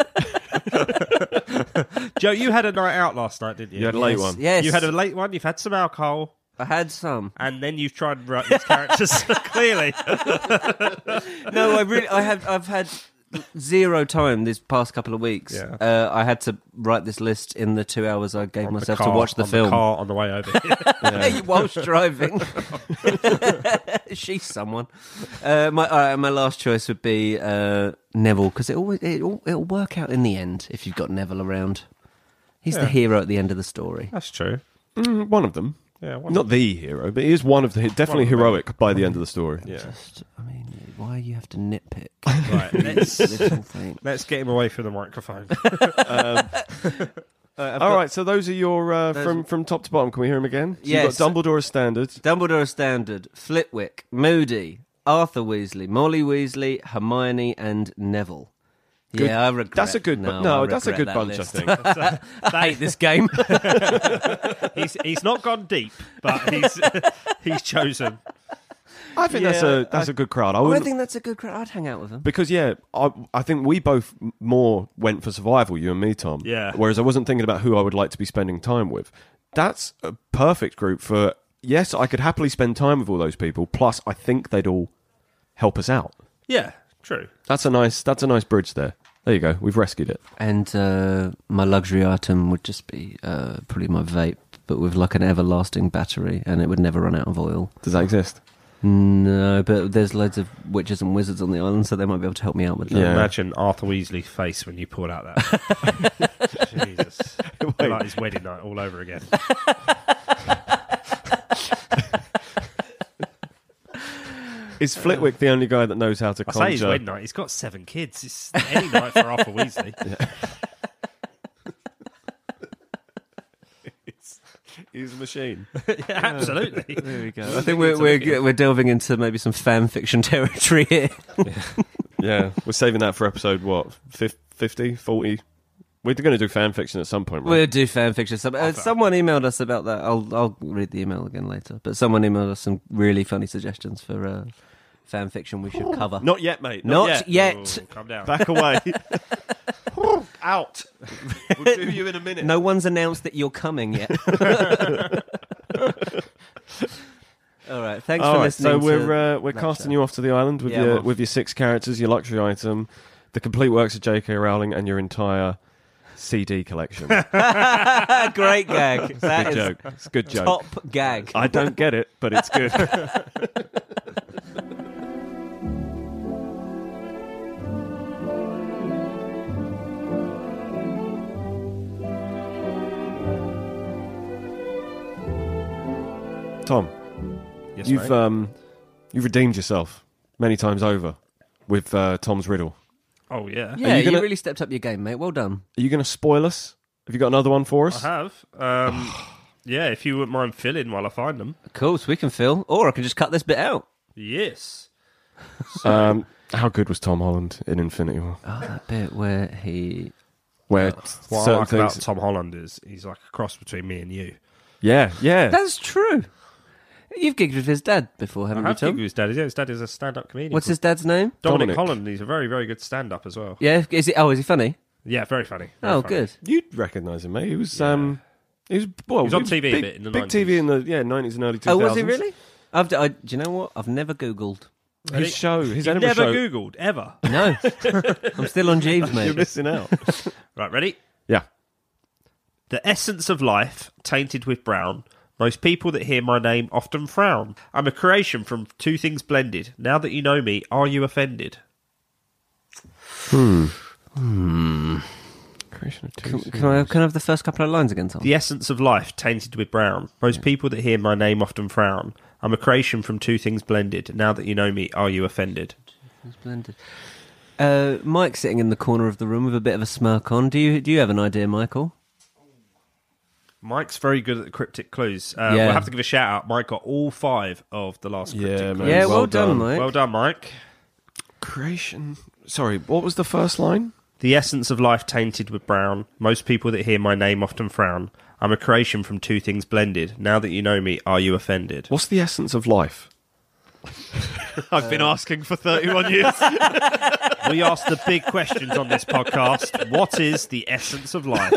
Speaker 1: Joe, you had a night out last night, didn't you?
Speaker 2: You had a late one.
Speaker 3: Yes.
Speaker 1: You had a late one. You've had some alcohol,
Speaker 3: I had some.
Speaker 1: and then you've tried and write these characters clearly.
Speaker 3: No, I really, I have, I've had zero time these past couple of weeks.
Speaker 1: Yeah.
Speaker 3: Uh, I had to write this list in the two hours I gave
Speaker 1: On the
Speaker 3: myself
Speaker 1: car-
Speaker 3: to watch the
Speaker 1: on
Speaker 3: film
Speaker 1: car on the way over.
Speaker 3: whilst driving. She's someone. Uh, my uh, my last choice would be uh, Neville because it always it all, it'll work out in the end if you've got Neville around. He's the
Speaker 1: Yeah.
Speaker 3: hero at the end of the story.
Speaker 1: That's true.
Speaker 2: Mm, one of them.
Speaker 1: Yeah. why
Speaker 2: Not the hero, but he is one of the
Speaker 1: One
Speaker 2: definitely
Speaker 1: of them.
Speaker 2: heroic by the end of the story.
Speaker 1: not? Yeah.
Speaker 3: Just, I mean, why you have to nitpick
Speaker 1: Right.
Speaker 3: this
Speaker 1: Let's
Speaker 3: little thing?
Speaker 1: let's get him away from the microphone.
Speaker 2: All right, so those are your uh,
Speaker 3: Those
Speaker 2: from from top to bottom. Can we hear them again? So
Speaker 3: Yes.
Speaker 2: You've got Dumbledore as standard.
Speaker 3: Dumbledore Standard, Flitwick, Moody, Arthur Weasley, Molly Weasley, Hermione, and Neville.
Speaker 2: Good.
Speaker 3: Yeah, I regret.
Speaker 2: That's a good. No,
Speaker 3: I
Speaker 2: no that's a
Speaker 3: regret
Speaker 2: good
Speaker 3: that
Speaker 2: bunch.
Speaker 3: list.
Speaker 2: I think.
Speaker 3: I hate this game.
Speaker 1: he's he's not gone deep, but he's he's chosen.
Speaker 2: I think that's
Speaker 3: Yeah,
Speaker 2: a that's a good crowd. I
Speaker 3: I
Speaker 2: wouldn't,
Speaker 3: don't think that's a good crowd. I'd hang out with them.
Speaker 2: because yeah, I, I think we both m- more went for survival. You and me, Tom.
Speaker 1: Yeah.
Speaker 2: Whereas I wasn't thinking about who I would like to be spending time with. That's a perfect group for. Yes, I could happily spend time with all those people. Plus, I think they'd all help us out.
Speaker 1: Yeah. True.
Speaker 2: That's a nice. That's a nice bridge there. There you go. We've rescued it.
Speaker 3: And uh, my luxury item would just be uh, probably my vape, but with like an everlasting battery, and it would never run out of oil.
Speaker 2: Does that exist?
Speaker 3: No, but there's loads of witches and wizards on the island, so they might be able to help me out with that.
Speaker 2: Yeah.
Speaker 1: Imagine Arthur Weasley's face when you pulled out that. Jesus.
Speaker 2: Wait.
Speaker 1: Like his wedding night all over again.
Speaker 2: Is Flitwick the only guy that knows how to
Speaker 1: I
Speaker 2: conjure?
Speaker 1: say his wedding night. He's got seven kids. It's any night for Arthur Weasley.
Speaker 2: He's a machine.
Speaker 1: Absolutely.
Speaker 3: There we go. I think we're we're, we're delving into maybe some fan fiction territory here.
Speaker 2: yeah, we're saving that for episode what? fif- 50, 40? We're going to do fan fiction at some point, right?
Speaker 3: We'll do fan fiction. Some, uh, someone emailed us about that. I'll I'll read the email again later. But someone emailed us some really funny suggestions for uh, fan fiction we should cover.
Speaker 2: Not yet, mate. yet.
Speaker 3: Not yet.
Speaker 1: Ooh, Oh, calm down.
Speaker 2: Back away. Out. We'll do you in a minute.
Speaker 3: No one's announced that you're coming yet. All right. Thanks
Speaker 2: All
Speaker 3: for
Speaker 2: right, so
Speaker 3: listening. to-
Speaker 2: we're uh, we're
Speaker 3: that
Speaker 2: casting
Speaker 3: show.
Speaker 2: you off to the island with
Speaker 3: Yeah,
Speaker 2: your
Speaker 3: I'm off.
Speaker 2: with your six characters, your luxury item, the complete works of J.K. Rowling, and your entire CD collection. It's
Speaker 3: Ah, great gag.
Speaker 2: a
Speaker 3: That
Speaker 2: good
Speaker 3: is
Speaker 2: joke. It's a good joke.
Speaker 3: top gag.
Speaker 2: I don't get it, but it's good. Tom,
Speaker 1: Yes,
Speaker 2: you've
Speaker 1: mate.
Speaker 2: um, you've redeemed yourself many times over with uh, Tom's riddle. uh,
Speaker 1: oh, yeah.
Speaker 3: yeah,
Speaker 2: you
Speaker 3: you,
Speaker 2: gonna-
Speaker 3: really stepped up your game, mate. Well done.
Speaker 2: Are you going to spoil us? Have you got another one for
Speaker 1: I
Speaker 2: us?
Speaker 1: have. Um, yeah, if you wouldn't mind filling while I find them.
Speaker 3: Of course, we can fill, or I can just cut this bit out.
Speaker 1: Yes. Uh-huh.
Speaker 2: Um, how good was Tom Holland in Infinity War?
Speaker 3: Oh, that bit where he.
Speaker 2: Where
Speaker 1: Uh, What I
Speaker 2: certain
Speaker 1: like
Speaker 2: things,
Speaker 1: about Tom Holland is he's like a cross between me and you.
Speaker 2: yeah, yeah.
Speaker 3: That's true. You've gigged with his dad before, haven't
Speaker 1: I
Speaker 3: you,
Speaker 1: have
Speaker 3: Tom?
Speaker 1: gigged with his dad. His dad is a stand-up comedian.
Speaker 3: What's
Speaker 1: called
Speaker 3: his dad's name?
Speaker 1: Dominic,
Speaker 2: Dominic.
Speaker 1: Holland. He's a very, very good stand-up as well. Yeah,
Speaker 3: Yeah, is he? Oh, is he funny?
Speaker 1: very funny. very
Speaker 3: Oh,
Speaker 1: funny.
Speaker 3: good.
Speaker 2: You'd recognise him, mate. He was um, he was well, he
Speaker 1: was on TV a
Speaker 2: big,
Speaker 1: bit in the
Speaker 2: big
Speaker 1: 90s.
Speaker 2: TV in the yeah nineties and early 2000s.
Speaker 3: Oh, was he really? I've, d- I, do you know what? I've never Googled.
Speaker 2: His show, his
Speaker 1: He's
Speaker 2: animal
Speaker 1: never
Speaker 2: show.
Speaker 1: Googled, ever.
Speaker 3: No, I'm still on Jeeves,
Speaker 2: You're
Speaker 3: mate.
Speaker 2: missing out.
Speaker 1: right, ready?
Speaker 2: yeah,
Speaker 1: The essence of life, tainted with brown. Most people that hear my name often frown. I'm a creation from two things blended. Now that you know me, are you offended?
Speaker 2: creation of
Speaker 3: Can,
Speaker 2: two.
Speaker 3: can I, can I have the first couple of lines again, Tom?
Speaker 1: The essence of life, tainted with brown. Most people that hear my name often frown. I'm a creation from two things blended. Now that you know me, are you offended?
Speaker 3: Splendid. Uh, Mike sitting in the corner of the room with a bit of a smirk on. Do you do you have an idea, Michael?
Speaker 1: Mike's very good at the cryptic clues. Uh,
Speaker 3: Yeah.
Speaker 1: We'll have to give a shout out. Mike got all five of the last cryptic
Speaker 2: Yeah,
Speaker 1: clues.
Speaker 2: man. Yeah, well done.
Speaker 3: Mike.
Speaker 1: Well done, Mike.
Speaker 2: Creation. Sorry, what was the first line?
Speaker 1: The essence of life tainted with brown. Most people that hear my name often frown. I'm a creation from two things blended. Now that you know me, are you offended?
Speaker 2: What's the essence of life?
Speaker 4: I've
Speaker 3: Uh.
Speaker 4: been asking for 31 years.
Speaker 1: we ask the big questions on this podcast. What is the essence of life?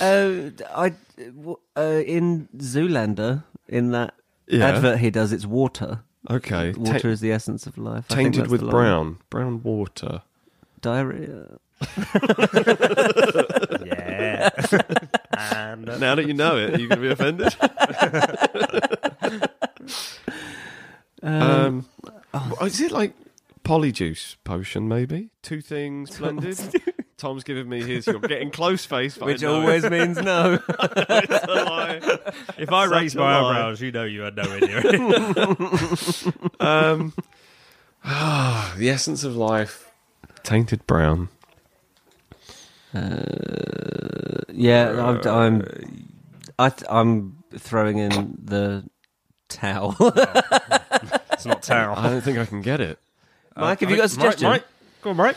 Speaker 3: Uh, I w- uh, in Zoolander in that
Speaker 2: Yeah.
Speaker 3: advert he does, it's water.
Speaker 2: Okay. Ta-
Speaker 3: Water is the essence of life. I think
Speaker 2: tainted
Speaker 3: that's
Speaker 2: with
Speaker 3: the line.
Speaker 2: brown. Brown water.
Speaker 3: diarrhea.
Speaker 1: Yeah. and uh,
Speaker 2: Now that you know it, are you going to be offended? um, Is it like polyjuice potion, maybe? Two things blended? Tom's giving me his you're getting close face, but I
Speaker 3: Which
Speaker 2: know
Speaker 3: always means no.
Speaker 2: it's a lie.
Speaker 1: if I
Speaker 2: Such
Speaker 1: raise
Speaker 2: a
Speaker 1: my
Speaker 2: lie.
Speaker 1: eyebrows, you know you had no idea.
Speaker 2: Um, ah, the essence of life. Tainted brown.
Speaker 3: Uh, yeah, I'm. I'm I th- I'm throwing in the towel.
Speaker 1: it's not towel.
Speaker 2: I don't think I can get it.
Speaker 3: Mike, have you got a suggestion?
Speaker 1: Uh, Mike, Mike? Go on, Mike.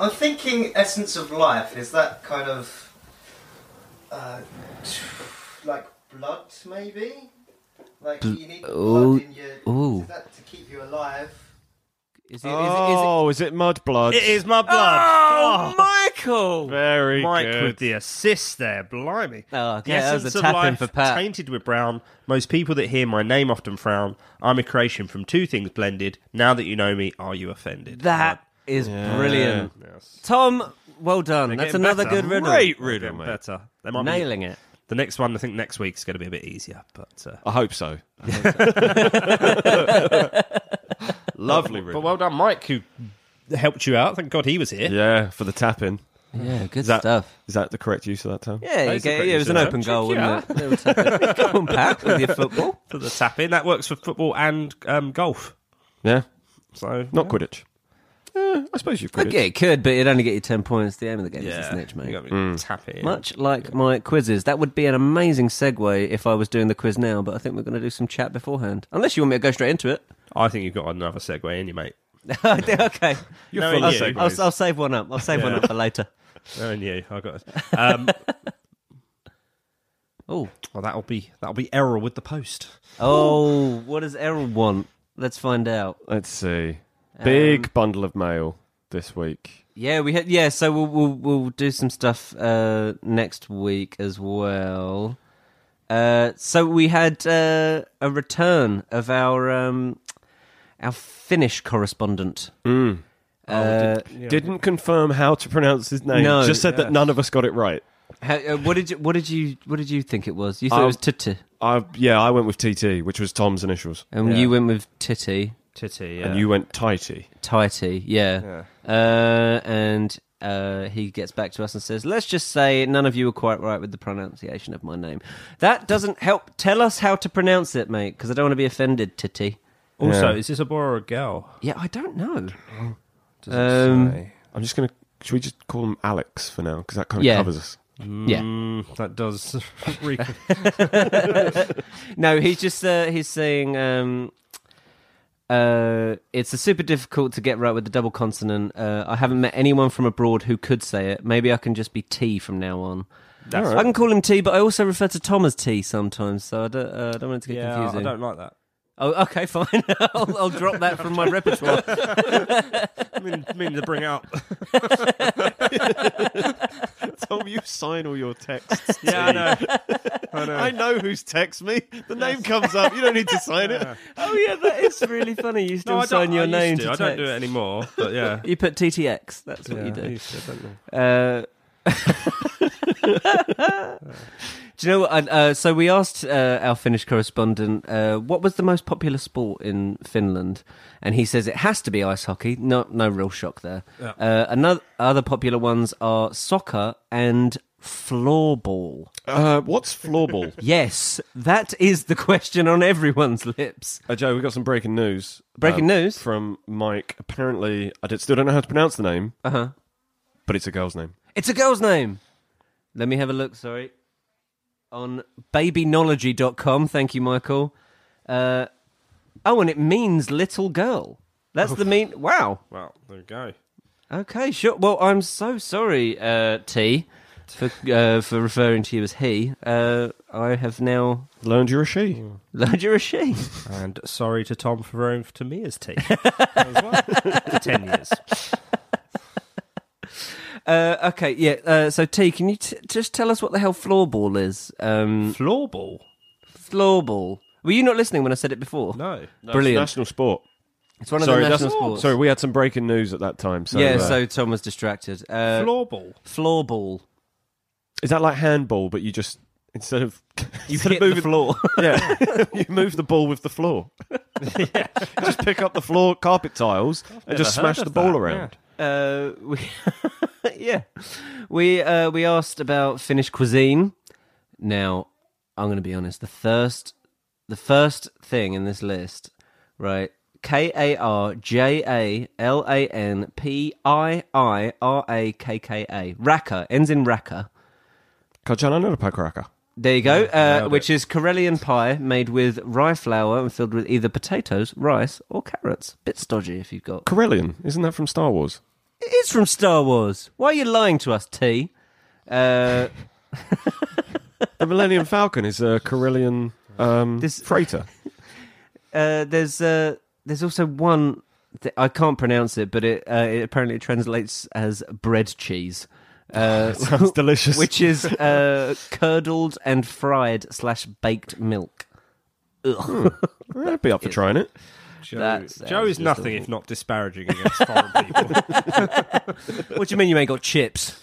Speaker 5: I'm thinking essence of life is that kind of uh, like blood, maybe. Like you need
Speaker 3: ooh,
Speaker 5: blood in your
Speaker 3: ooh.
Speaker 5: Is that to keep you alive.
Speaker 3: Is it- is it- is it-
Speaker 2: Oh, is it, mud blood?
Speaker 1: It is my blood.
Speaker 3: Oh, Michael!
Speaker 2: Very
Speaker 1: Mike
Speaker 2: good.
Speaker 1: with the assist there, blimey.
Speaker 3: Oh, okay,
Speaker 1: the
Speaker 3: that was
Speaker 1: essence
Speaker 3: a
Speaker 1: of
Speaker 3: tap in
Speaker 1: life
Speaker 3: for Pat.
Speaker 1: tainted with brown. Most people that hear my name often frown. I'm a creation from two things blended. Now that you know me, are you offended? Uh,
Speaker 3: That is brilliant, Tom. Well done. That's
Speaker 1: getting
Speaker 3: another
Speaker 1: better.
Speaker 3: good riddle.
Speaker 2: Great
Speaker 1: They're
Speaker 2: riddle,
Speaker 1: getting
Speaker 2: mate.
Speaker 1: better. They might be-
Speaker 3: Nailing it.
Speaker 1: the next one. I think next week's going to be a bit easier, but uh,
Speaker 2: I hope so. Lovely
Speaker 1: but
Speaker 2: riddle.
Speaker 1: well done, Mike, who helped you out. Thank God he was here.
Speaker 2: yeah, for the tapping.
Speaker 3: Yeah, good
Speaker 2: that-
Speaker 3: stuff.
Speaker 2: Is that the correct use of that term?
Speaker 3: Yeah, you
Speaker 1: Basically,
Speaker 3: get, yeah, it was an
Speaker 1: so-
Speaker 3: open goal, wasn't it? They were tapping. Come on, Pat, with your football.
Speaker 1: For the tap in, that works for football and um, golf.
Speaker 2: Yeah,
Speaker 1: So
Speaker 2: not Quidditch. Yeah, I suppose you've Quidditch.
Speaker 3: Yeah, it could, but it'd only get you 10 points. The aim of the game is a
Speaker 1: yeah,
Speaker 3: snitch, mate.
Speaker 1: you gotta be
Speaker 2: Mm.
Speaker 1: tap in.
Speaker 3: Much like my quizzes, that would be an amazing segue if I was doing the quiz now, but I think we're going to do some chat beforehand. Unless you want me to go straight into it.
Speaker 1: I think you've got another segue in you, mate.
Speaker 3: I do- okay.
Speaker 1: You're
Speaker 2: full
Speaker 3: I'll,
Speaker 2: of segues.
Speaker 3: I'll, I'll save one up. I'll save one up for later.
Speaker 1: Knowing you, I got. it. Um,
Speaker 3: Oh.
Speaker 1: well, that'll be that'll be error with the post.
Speaker 3: Oh, what does Errol want? Let's find out.
Speaker 2: Let's see.
Speaker 3: Um,
Speaker 2: Big bundle of mail this week.
Speaker 3: Yeah, we had yeah, so we'll we'll, we'll do some stuff uh, next week as well. Uh, so we had uh, a return of our um, our Finnish correspondent.
Speaker 1: Oh,
Speaker 3: Uh,
Speaker 2: Mm. Didn't confirm how to pronounce his name.
Speaker 3: No.
Speaker 2: just said that none of us got it right.
Speaker 3: how, uh, what did you what did you what did you think it was? You thought
Speaker 1: Um,
Speaker 3: it was Titi,
Speaker 2: I yeah, I went with TT, which was Tom's initials,
Speaker 3: and
Speaker 1: yeah.
Speaker 3: you went with Titi,
Speaker 1: Titty, yeah.
Speaker 2: and you went Tighty.
Speaker 3: Tighty, yeah. Uh, and uh, he gets back to us and says, "Let's just say none of you are quite right with the pronunciation of my name. That doesn't help. Tell us how to pronounce it, mate, because I don't want to be offended, Titi."
Speaker 1: also,
Speaker 2: Yeah.
Speaker 1: is this a boy or a girl?
Speaker 3: Yeah, I don't know.
Speaker 1: Doesn't
Speaker 3: Um,
Speaker 1: say.
Speaker 2: I'm just gonna. Should we just call him Alex for now? Because that kind of
Speaker 3: Yeah.
Speaker 2: covers us.
Speaker 3: Yeah,
Speaker 1: Mm, that does. reek of-
Speaker 3: no, he's just uh, he's saying um, uh, it's a super difficult to get right with the double consonant. Uh, I haven't met anyone from abroad who could say it. Maybe I can just be T from now on.
Speaker 1: That's
Speaker 3: I can call him T, but I also refer to Tom as T sometimes, so I don't, uh, I don't want it to get
Speaker 1: yeah,
Speaker 3: confusing.
Speaker 1: I don't like that.
Speaker 3: Oh, okay, fine. I'll, I'll drop that from my repertoire.
Speaker 1: I mean, meaning to bring it up.
Speaker 2: Tom, you sign all your texts.
Speaker 1: yeah, I know. I know.
Speaker 2: I know who's text me. The name comes up. You don't need to sign it.
Speaker 3: oh yeah, that is really funny. You still
Speaker 1: No, I don't.
Speaker 3: sign your
Speaker 1: I used
Speaker 3: name
Speaker 1: to.
Speaker 3: to
Speaker 1: I don't do it
Speaker 3: text.
Speaker 1: anymore. But yeah,
Speaker 3: You put TTX. That's what
Speaker 1: Yeah, I
Speaker 3: you do.
Speaker 1: used to, don't know.
Speaker 3: Uh, do you know what? I, uh, so we asked uh, our Finnish correspondent uh, what was the most popular sport in Finland, and he says it has to be ice hockey. No, no real shock there. Uh, another other popular ones are soccer and floorball.
Speaker 2: Uh, what's floorball?
Speaker 3: Yes, that is the question on everyone's lips.
Speaker 2: Uh, Joe, we've got some breaking news. uh,
Speaker 3: Breaking news?
Speaker 2: From Mike. Apparently, I did, still don't know how to pronounce the name,
Speaker 3: Uh huh.
Speaker 2: but it's a girl's name.
Speaker 3: It's a girl's name. Let me have a look, sorry. On babynology.com. Thank you, Michael. Uh, oh, and it means little girl. That's the mean. Wow.
Speaker 1: Well, there you go.
Speaker 3: Okay, sure. Well, I'm so sorry, uh, T. for uh, for referring to you as he. Uh, I have now
Speaker 2: Learned you're a
Speaker 1: Hmm.
Speaker 2: she.
Speaker 3: learned you're a she.
Speaker 1: And sorry to Tom for referring to me as T. as well. For 10 years.
Speaker 3: Uh, okay, yeah. Uh, so T, can you t- just tell us what the hell floorball is? Um,
Speaker 1: Floorball?
Speaker 3: floorball. Were you not listening when I said it before?
Speaker 1: No. no.
Speaker 3: Brilliant.
Speaker 2: National sport.
Speaker 3: It's one of
Speaker 2: Sorry,
Speaker 3: the
Speaker 2: that's,
Speaker 3: national sports.
Speaker 2: sorry, we had some breaking news at that time. So,
Speaker 3: yeah,
Speaker 2: uh,
Speaker 3: so Tom was distracted. Uh,
Speaker 1: Floorball.
Speaker 3: floorball.
Speaker 2: is that like handball? But you just instead of
Speaker 3: You
Speaker 2: instead
Speaker 3: hit
Speaker 2: of
Speaker 3: the
Speaker 2: moving,
Speaker 3: floor.
Speaker 2: yeah, you move the ball with the floor. You just pick up the floor carpet tiles and just
Speaker 1: Never heard
Speaker 2: smash the
Speaker 1: of
Speaker 2: ball
Speaker 1: that,
Speaker 2: around.
Speaker 3: uh, we, yeah, we uh, we asked about Finnish cuisine. Now, I'm going to be honest. The first, the first thing in this list, right? K A R J A L A N P I I R A K K A. Raka ends in raka.
Speaker 2: Kajananada Pakaraka.
Speaker 3: There you go. uh,
Speaker 1: nailed
Speaker 3: which is Karelian pie made with rye flour and filled with either potatoes, rice, or carrots. Bit stodgy if you've got.
Speaker 2: Karelian, isn't that from Star Wars?
Speaker 3: It is from Star Wars. Why are you lying to us, T? Uh,
Speaker 2: The Millennium Falcon is a Karelian um,
Speaker 3: This-
Speaker 2: freighter.
Speaker 3: uh, there's uh, there's also one that I can't pronounce it, but it, uh, it apparently translates as bread cheese. Uh,
Speaker 2: Sounds delicious.
Speaker 3: which is uh, curdled and fried slash baked milk. Ugh.
Speaker 2: I'd be up for trying it.
Speaker 1: Joe,
Speaker 3: That sounds
Speaker 1: Joe is
Speaker 3: just
Speaker 1: nothing
Speaker 3: awful.
Speaker 1: if not disparaging against foreign people.
Speaker 3: what do you mean you ain't got chips?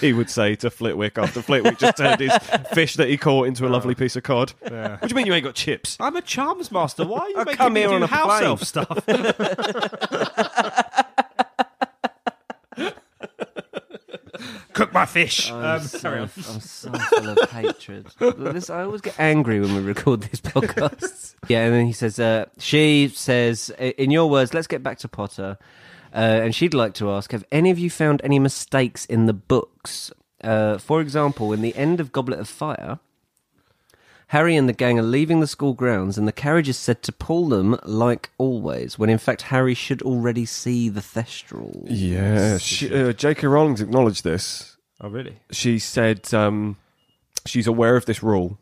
Speaker 2: He would say to Flitwick after Flitwick just turned his fish that he caught into a lovely piece of cod.
Speaker 1: Yeah.
Speaker 2: What do you mean you ain't got chips?
Speaker 1: I'm a charms master. Why are you
Speaker 3: I
Speaker 1: making
Speaker 3: come
Speaker 1: me
Speaker 3: here
Speaker 1: do
Speaker 3: on a
Speaker 1: house
Speaker 3: plane.
Speaker 1: elf stuff? Cook my fish.
Speaker 3: I'm,
Speaker 1: Um,
Speaker 3: so,
Speaker 1: sorry.
Speaker 3: I'm so full of hatred. This, I always get angry when we record these podcasts. yeah, and then he says, uh, she says, "I- in your words, let's get back to Potter. Uh, and she'd like to ask, have any of you found any mistakes in the books? Uh, for example, in the end of Goblet of Fire, Harry and the gang are leaving the school grounds, and the carriage is said to pull them like always, when in fact Harry should already see the Thestral.
Speaker 2: Yeah, she, uh, J.K. Rowling's acknowledged this.
Speaker 1: Oh, really?
Speaker 2: She said um, she's aware of this rule,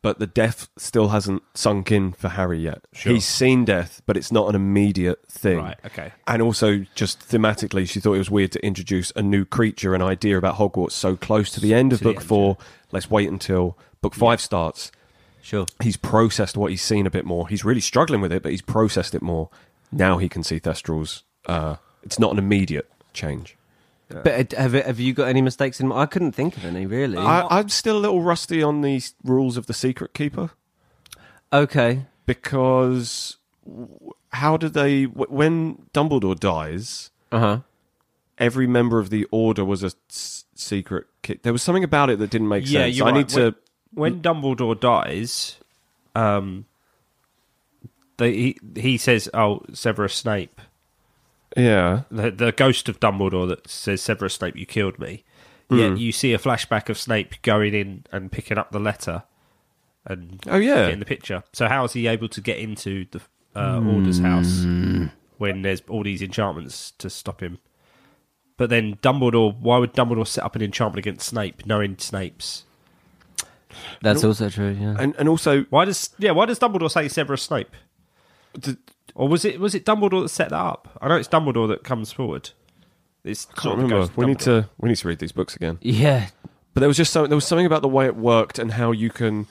Speaker 2: but the death still hasn't sunk in for Harry yet. He's seen death, but it's not an immediate thing.
Speaker 1: Right, okay.
Speaker 2: And also, just thematically, she thought it was weird to introduce a new creature, an idea about Hogwarts so close to the end of
Speaker 1: the
Speaker 2: book
Speaker 1: end,
Speaker 2: four. Let's wait until book five starts.
Speaker 3: Sure.
Speaker 2: he's processed what he's seen a bit more. He's really struggling with it, but he's processed it more. Now he can see Thestrals. Uh, it's not an immediate change.
Speaker 3: But uh, have, have you got any mistakes in? I couldn't think of any really.
Speaker 2: I, I'm still a little rusty on the s- rules of the Secret Keeper
Speaker 3: okay,
Speaker 2: because w- how do they? w- When Dumbledore dies,
Speaker 3: uh
Speaker 1: Uh-huh.
Speaker 3: huh.
Speaker 2: every member of the Order was a s- secret. Ki- there was something about it that didn't make
Speaker 1: Yeah,
Speaker 2: sense.
Speaker 1: you're
Speaker 2: I
Speaker 1: right.
Speaker 2: need to.
Speaker 1: When Dumbledore dies, um, they, he he says, "Oh, Severus Snape,
Speaker 2: Yeah,
Speaker 1: the, the ghost of Dumbledore that says Severus Snape, you killed me." Yet you see a flashback of Snape going in and picking up the letter, and
Speaker 2: Oh, yeah.
Speaker 1: getting the picture. So how is he able to get into the uh, Order's house when there's all these enchantments to stop him? But then Dumbledore, why would Dumbledore set up an enchantment against Snape, knowing Snape's?
Speaker 3: That's also true. Yeah.
Speaker 2: and and also
Speaker 1: Why does yeah? Why does Dumbledore say Severus Snape?
Speaker 2: d-
Speaker 1: Or was it was it Dumbledore that set that up? I know it's Dumbledore that comes forward. It's I
Speaker 2: can't remember. We need to we need to read these books again.
Speaker 3: Yeah.
Speaker 2: But there was just some, there was something about the way it worked and how you can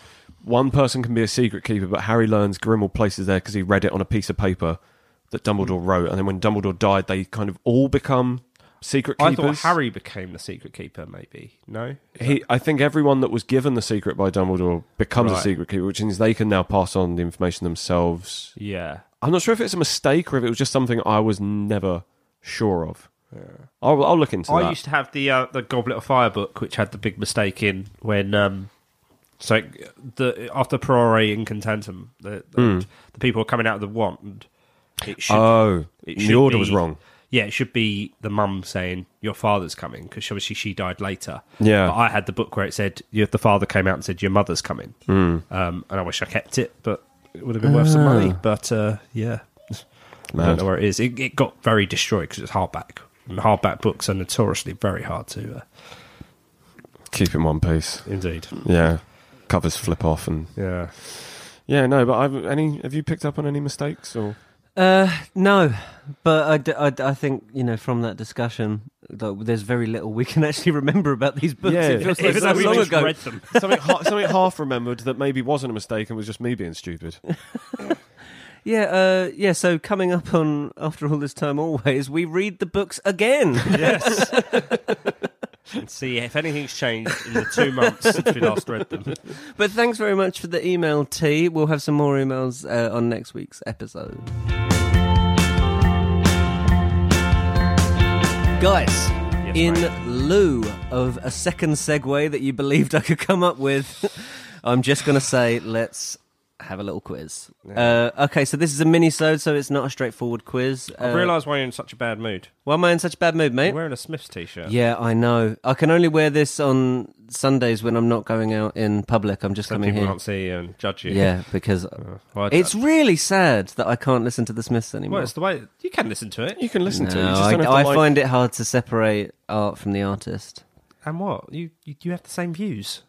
Speaker 2: one person can be a secret keeper, but Harry learns Grimmel places there because he read it on a piece of paper that
Speaker 1: Hmm.
Speaker 2: Dumbledore wrote, and then when Dumbledore died, they kind of all become secret
Speaker 1: I
Speaker 2: keepers.
Speaker 1: thought Harry became the secret keeper. Maybe no.
Speaker 2: He, I think everyone that was given the secret by Dumbledore becomes a
Speaker 1: Right.
Speaker 2: secret keeper, which means they can now pass on the information themselves.
Speaker 1: Yeah.
Speaker 2: I'm not sure if it's a mistake or if it was just something I was never sure of. I'll, I'll look into
Speaker 1: I
Speaker 2: that.
Speaker 1: used to have the uh, the Goblet of Fire book, which had the big mistake in when um, so the after Priori in Contentum, the, the,
Speaker 2: Hmm.
Speaker 1: the people are coming out of the wand. It should,
Speaker 2: oh,
Speaker 1: it
Speaker 2: the
Speaker 1: should
Speaker 2: order
Speaker 1: be-
Speaker 2: was wrong.
Speaker 1: Yeah, it should be the mum saying your father's coming because obviously she died later.
Speaker 2: Yeah.
Speaker 1: but I had the book where it said your, the father came out and said your mother's coming,
Speaker 2: Hmm.
Speaker 1: um, and I wish I kept it, but it would have been worth some
Speaker 2: Ah.
Speaker 1: money. But uh, yeah, I
Speaker 2: Mad.
Speaker 1: don't know where it is. It, it got very destroyed because it's hardback. And hardback books are notoriously very hard to. Uh,
Speaker 2: Keep in one piece.
Speaker 1: Indeed.
Speaker 2: Yeah. Covers flip off and
Speaker 1: Yeah.
Speaker 2: yeah, no. But I've, any have you picked up on any mistakes or
Speaker 3: Uh, no, but I, d- I d- I think you know from that discussion, though, there's very little we can actually remember about these books.
Speaker 2: Yeah.
Speaker 3: it feels like
Speaker 1: Even
Speaker 3: so
Speaker 1: though we
Speaker 3: long
Speaker 1: just
Speaker 3: ago.
Speaker 1: read them.
Speaker 2: something? ha- something half remembered that maybe wasn't a mistake and was just me being stupid.
Speaker 3: Yeah, uh, yeah. So coming up on after all this time, always we read the books again.
Speaker 1: Yes. and see if anything's changed in the two months since we last read them.
Speaker 3: but thanks very much for the email, T. We'll have some more emails uh, on next week's episode. Guys, in lieu of a second segue that you believed I could come up with, I'm just going to say let's have a little quiz. Uh, okay, so this is a mini-sode, so it's not a straightforward quiz. Uh,
Speaker 1: I realise why you're in such a bad mood.
Speaker 3: why am I in such a bad mood, mate?
Speaker 1: You're wearing a Smith's t shirt.
Speaker 3: Yeah, I know. I can only wear this on Sundays when I'm not going out in public. I'm just
Speaker 1: Some
Speaker 3: coming
Speaker 1: people
Speaker 3: here.
Speaker 1: can't see you and judge you.
Speaker 3: Yeah, because
Speaker 1: Well, I-
Speaker 3: it's really sad that I can't listen to the Smiths anymore.
Speaker 1: Well, it's the way you can listen to it.
Speaker 2: You can listen to it.
Speaker 3: No,
Speaker 2: You just
Speaker 3: I,
Speaker 2: don't have to
Speaker 3: I
Speaker 2: like-
Speaker 3: find it hard to separate art from the artist.
Speaker 1: And what you you, you have the same views.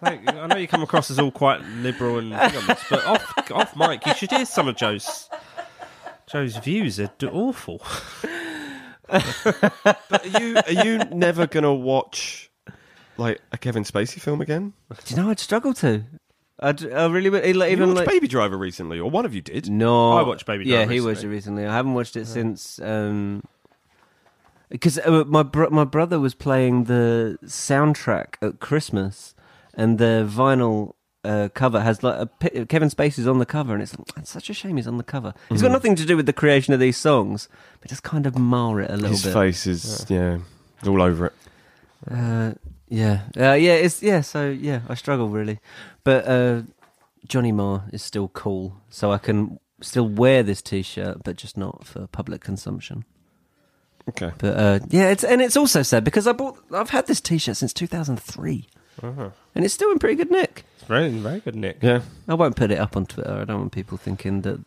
Speaker 1: Like, I know you come across as all quite liberal and thing on this, but off off mic, you should hear some of Joe's Joe's views are d- awful.
Speaker 2: Are you are you never gonna watch like a Kevin Spacey film again?
Speaker 3: Do you know I'd struggle to? I'd, I really would. Even
Speaker 2: You watched
Speaker 3: like
Speaker 2: Baby Driver recently, or one of you did.
Speaker 3: no,
Speaker 1: I watched Baby
Speaker 3: Yeah,
Speaker 1: Driver
Speaker 3: he watched it recently. I haven't watched it since. Um, because uh, my bro- my brother was playing the soundtrack at Christmas, and the vinyl uh, cover has like a, pi- Kevin Spacey's on the cover, and it's, it's such a shame he's on the cover. It's
Speaker 1: Mm.
Speaker 3: got nothing to do with the creation of these songs, but just kind of mar it a little
Speaker 2: His
Speaker 3: bit.
Speaker 2: face is yeah, all over it.
Speaker 3: Uh, yeah, uh, yeah, it's yeah. So yeah, I struggle really, but uh, Johnny Marr is still cool, so I can still wear this T-shirt, but just not for public consumption.
Speaker 2: Okay,
Speaker 3: But uh, yeah, it's and it's also sad because I bought, I've had this T-shirt since 2003,
Speaker 1: Uh-huh.
Speaker 3: and it's still in pretty good nick.
Speaker 1: It's very very good, Nick.
Speaker 2: yeah.
Speaker 3: I won't put it up on Twitter. I don't want people thinking that.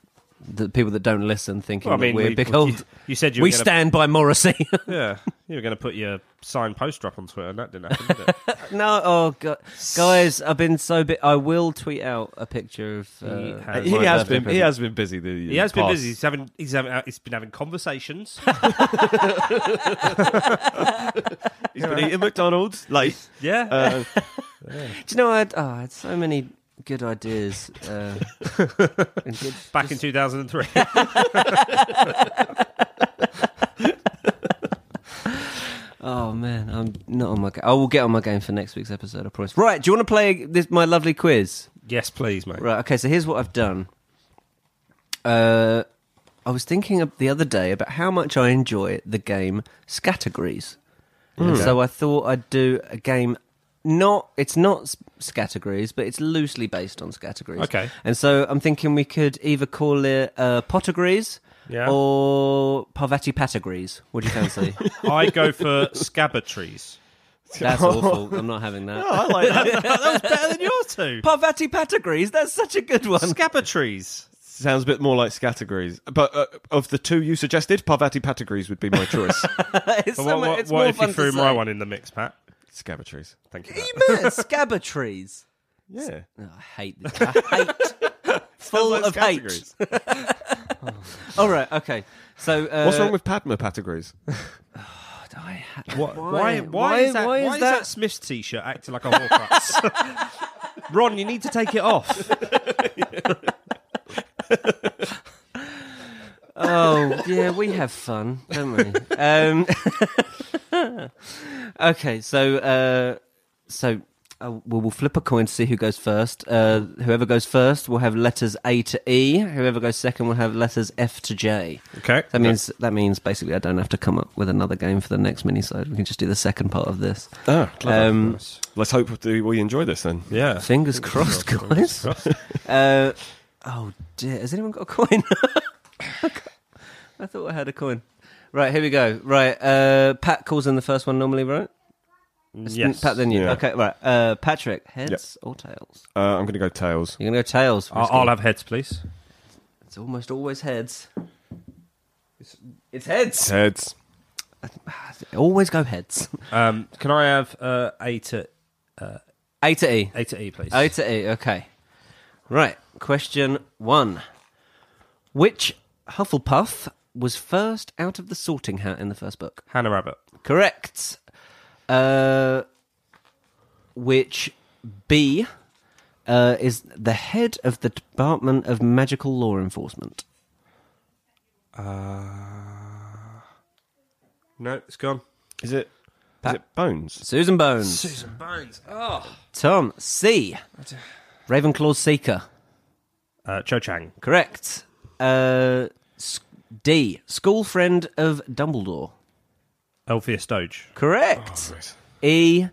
Speaker 3: The people that don't listen thinking
Speaker 1: Well, I
Speaker 3: that
Speaker 1: mean,
Speaker 3: we're
Speaker 1: we-
Speaker 3: big
Speaker 1: you-
Speaker 3: old.
Speaker 1: you said you
Speaker 3: we
Speaker 1: were gonna-
Speaker 3: stand by Morrissey.
Speaker 1: Yeah, you were going to put your signed poster up on Twitter, and that didn't happen. Did it?
Speaker 3: no, oh god, guys, I've been so. Bi- I will tweet out a picture of. Uh,
Speaker 1: He has-
Speaker 2: He
Speaker 1: my
Speaker 2: has
Speaker 1: birthday
Speaker 2: been he
Speaker 1: present.
Speaker 2: has been busy. The
Speaker 1: He has been
Speaker 2: past-
Speaker 1: busy. He's having he's having uh, he's been having conversations.
Speaker 2: He's been eating McDonald's late.
Speaker 1: yeah,
Speaker 2: Uh,
Speaker 3: Do you know, I had, oh, I had so many good ideas. Uh, and good,
Speaker 1: back in two thousand and three.
Speaker 3: oh man, I'm not on my. Ga- I will get on my game for next week's episode. I promise. Right, do you want to play this my lovely quiz?
Speaker 1: yes, please, mate.
Speaker 3: Right. Okay. So here's what I've done. Uh, I was thinking of the other day about how much I enjoy the game Scattergrees.
Speaker 1: Hmm.
Speaker 3: And so I thought I'd do a game. Not it's not s- Scattergrees, but it's loosely based on Scattergrees.
Speaker 1: Okay.
Speaker 3: And so I'm thinking we could either call it uh, Pottergrees
Speaker 1: Yeah.
Speaker 3: or Parvati Patagrees. What do you fancy?
Speaker 1: I go for scabbard trees.
Speaker 3: That's awful. I'm not having that.
Speaker 1: Oh. I like that. that was better than your two.
Speaker 3: Parvati Patagrees. That's such a good one.
Speaker 1: Scabbard trees.
Speaker 2: sounds a bit more like Scattergrees. But uh, of the two you suggested, Parvati Patagrees would be my choice.
Speaker 3: It's
Speaker 1: But
Speaker 3: so
Speaker 1: what
Speaker 3: mu-
Speaker 1: what,
Speaker 3: it's
Speaker 1: what
Speaker 3: more
Speaker 1: if
Speaker 3: fun
Speaker 1: you
Speaker 3: to
Speaker 1: threw my
Speaker 3: say.
Speaker 1: one in the mix, Pat?
Speaker 2: Scattergrees.
Speaker 1: Thank you.
Speaker 3: Are you mad? Scabber trees.
Speaker 2: Yeah.
Speaker 3: Oh, I hate this. I hate. Full of hate. All right. Okay. So uh,
Speaker 2: What's wrong with Padma Patagrees?
Speaker 3: I ha-
Speaker 1: Why, why, why, is that, why, is that, Smith's t-shirt acting like a Horcrux? Ron, you need to take it off.
Speaker 3: Oh yeah, we have fun, don't we? Um, okay. So uh, so. Uh, we'll, we'll flip a coin to see who goes first. Uh, whoever goes first will have letters A to E. Whoever goes second will have letters F to J.
Speaker 1: Okay.
Speaker 3: That means that means basically I don't have to come up with another game for the next minisode. We can just do the second part of this.
Speaker 2: Oh,
Speaker 3: Um,
Speaker 2: let's hope that we enjoy this then.
Speaker 1: yeah.
Speaker 3: Fingers crossed, guys. Uh, oh dear, has anyone got a coin? I thought I had a coin. Right, here we go. Right, uh, Pat calls in the first one normally, right? It's
Speaker 1: Yes.
Speaker 3: Pat, then you.
Speaker 2: Yeah.
Speaker 3: Okay, right. Uh, Patrick, heads or tails?
Speaker 2: Uh, I'm going to go tails.
Speaker 3: You're gonna go tails.
Speaker 1: I'll, I'll have heads, please.
Speaker 3: It's almost always heads. It's heads.
Speaker 2: Heads.
Speaker 3: Always go heads.
Speaker 1: Um, can I have uh, A to
Speaker 3: A to E.
Speaker 1: A to E, please?
Speaker 3: O to E, okay. Right, question one. Which Hufflepuff was first out of the sorting hat in the first book?
Speaker 1: Hannah Rabbit.
Speaker 3: Correct. Uh, which B uh, is the head of the Department of Magical Law Enforcement?
Speaker 1: No, it's gone.
Speaker 2: Is it? Is it Bones?
Speaker 3: Susan Bones.
Speaker 1: Susan Bones. Oh.
Speaker 3: Tom C. Ravenclaw Seeker.
Speaker 1: Uh, Cho Chang.
Speaker 3: Correct. Uh, s- D. School friend of Dumbledore.
Speaker 1: Althea Stoge.
Speaker 2: Oh,
Speaker 3: Correct. e.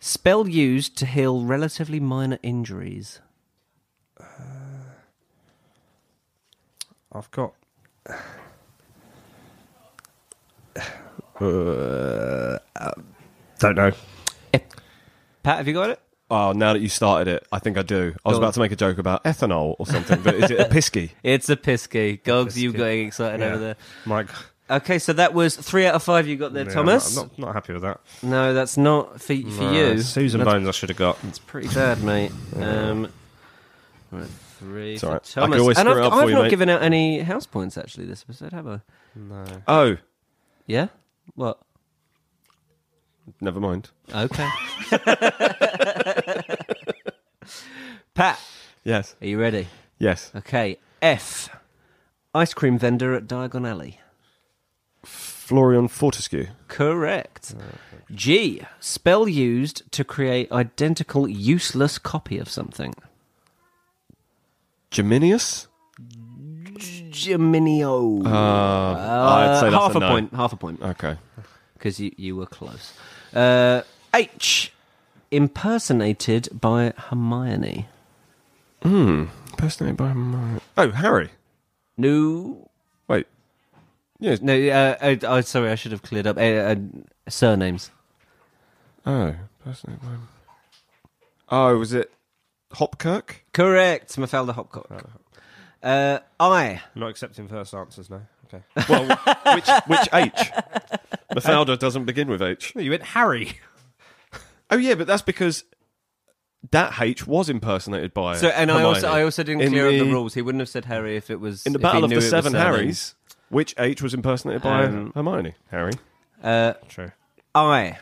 Speaker 3: Spell used to heal relatively minor injuries.
Speaker 1: I've got. uh, um, don't know.
Speaker 3: Pat, have you got it?
Speaker 2: Oh, now that you started it, I think I do. I was
Speaker 3: Go on.
Speaker 2: about to make a joke about ethanol or something, but is it a pisky?
Speaker 3: It's a pisky. Gogs, you
Speaker 1: Pisky.
Speaker 3: getting excited over there.
Speaker 1: Mike.
Speaker 3: Okay, so that was three out of five you got there, Thomas.
Speaker 1: I'm not, not happy with that.
Speaker 3: No, that's not for, for you.
Speaker 1: Uh, Susan
Speaker 3: That's
Speaker 1: Bones, I should have got.
Speaker 3: pretty bad, mate. Um, right, three
Speaker 2: It's
Speaker 3: for
Speaker 2: all right. I can
Speaker 3: Thomas.
Speaker 2: always
Speaker 3: and
Speaker 2: screw
Speaker 3: I've,
Speaker 2: it up
Speaker 3: I've
Speaker 2: for you,
Speaker 3: not
Speaker 2: mate.
Speaker 3: given out any house points actually this episode, have I?
Speaker 2: Oh,
Speaker 3: Yeah. What?
Speaker 2: never mind.
Speaker 3: Okay. Pat,
Speaker 2: Yes.
Speaker 3: are you ready?
Speaker 2: Yes.
Speaker 3: Okay. F. Ice cream vendor at Diagon Alley.
Speaker 2: Florian Fortescue.
Speaker 3: Correct. G. Spell used to create identical useless copy of something.
Speaker 2: Geminius?
Speaker 3: Geminio.
Speaker 2: Uh, I'd say that's
Speaker 3: half a,
Speaker 2: no.
Speaker 3: point. Half a point.
Speaker 2: Okay.
Speaker 3: Because you, you were close. Uh, H. Impersonated by Hermione.
Speaker 2: Personally, by my. Oh, Harry.
Speaker 3: No.
Speaker 2: Wait. Yes.
Speaker 3: No, uh, I, I, sorry, I should have cleared up. Uh, uh, surnames.
Speaker 2: Oh, personally, by. Oh, was it Hopkirk?
Speaker 3: Correct. Mafalda Hopcock. Uh, I.
Speaker 1: I'm not accepting first answers now. Okay.
Speaker 2: Well, which which H? Mafalda doesn't begin with H.
Speaker 1: you went Harry.
Speaker 2: Oh yeah, but that's because that H was impersonated by.
Speaker 3: So and I
Speaker 2: Hermione.
Speaker 3: also I also didn't
Speaker 2: In
Speaker 3: clear up
Speaker 2: the-
Speaker 3: the rules. He wouldn't have said Harry if it was
Speaker 2: in the
Speaker 3: if he
Speaker 2: Battle of
Speaker 3: knew
Speaker 2: the
Speaker 3: it was
Speaker 2: Seven
Speaker 3: surnames.
Speaker 2: Harrys. Which H was impersonated by
Speaker 3: Um,
Speaker 2: Hermione? Harry.
Speaker 1: True.
Speaker 3: Uh, I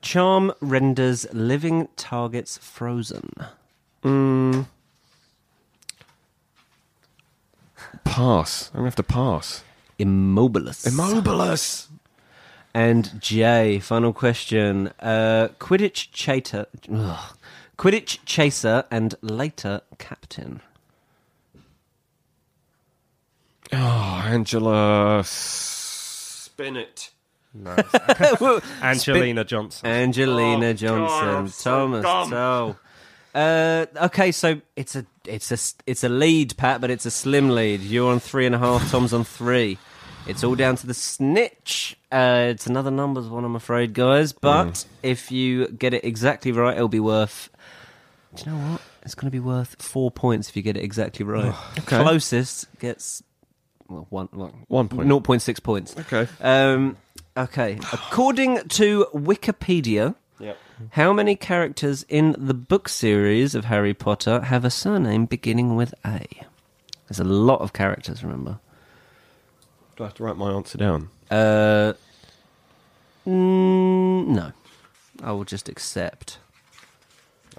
Speaker 3: charm renders living targets frozen.
Speaker 2: Pass. I'm gonna have to pass.
Speaker 3: Immobilis.
Speaker 2: Immobilus.
Speaker 3: and J. Final question: uh, Quidditch chaser, ugh. Quidditch chaser, and later captain.
Speaker 2: Oh, Angela. Spin it.
Speaker 1: Angelina Johnson.
Speaker 3: Angelina Johnson, Thomas. So, uh, okay, so it's a it's a it's a lead, Pat, but it's a slim lead. You're on three and a half. Tom's on three. It's all down to the snitch. Uh, it's another numbers one, I'm afraid, guys. But
Speaker 2: Hmm.
Speaker 3: if you get it exactly right, it'll be worth. Do you know what? It's going to be worth four points if you get it exactly right.
Speaker 2: Okay.
Speaker 3: Closest gets well one one
Speaker 2: One point.
Speaker 3: 0.6 points.
Speaker 2: Okay.
Speaker 3: Um, okay. According to Wikipedia,
Speaker 2: Yep.
Speaker 3: how many characters in the book series of Harry Potter have a surname beginning with A? There's a lot of characters, remember?
Speaker 2: Do I have to write my answer down?
Speaker 3: Uh, mm, no. I will just accept.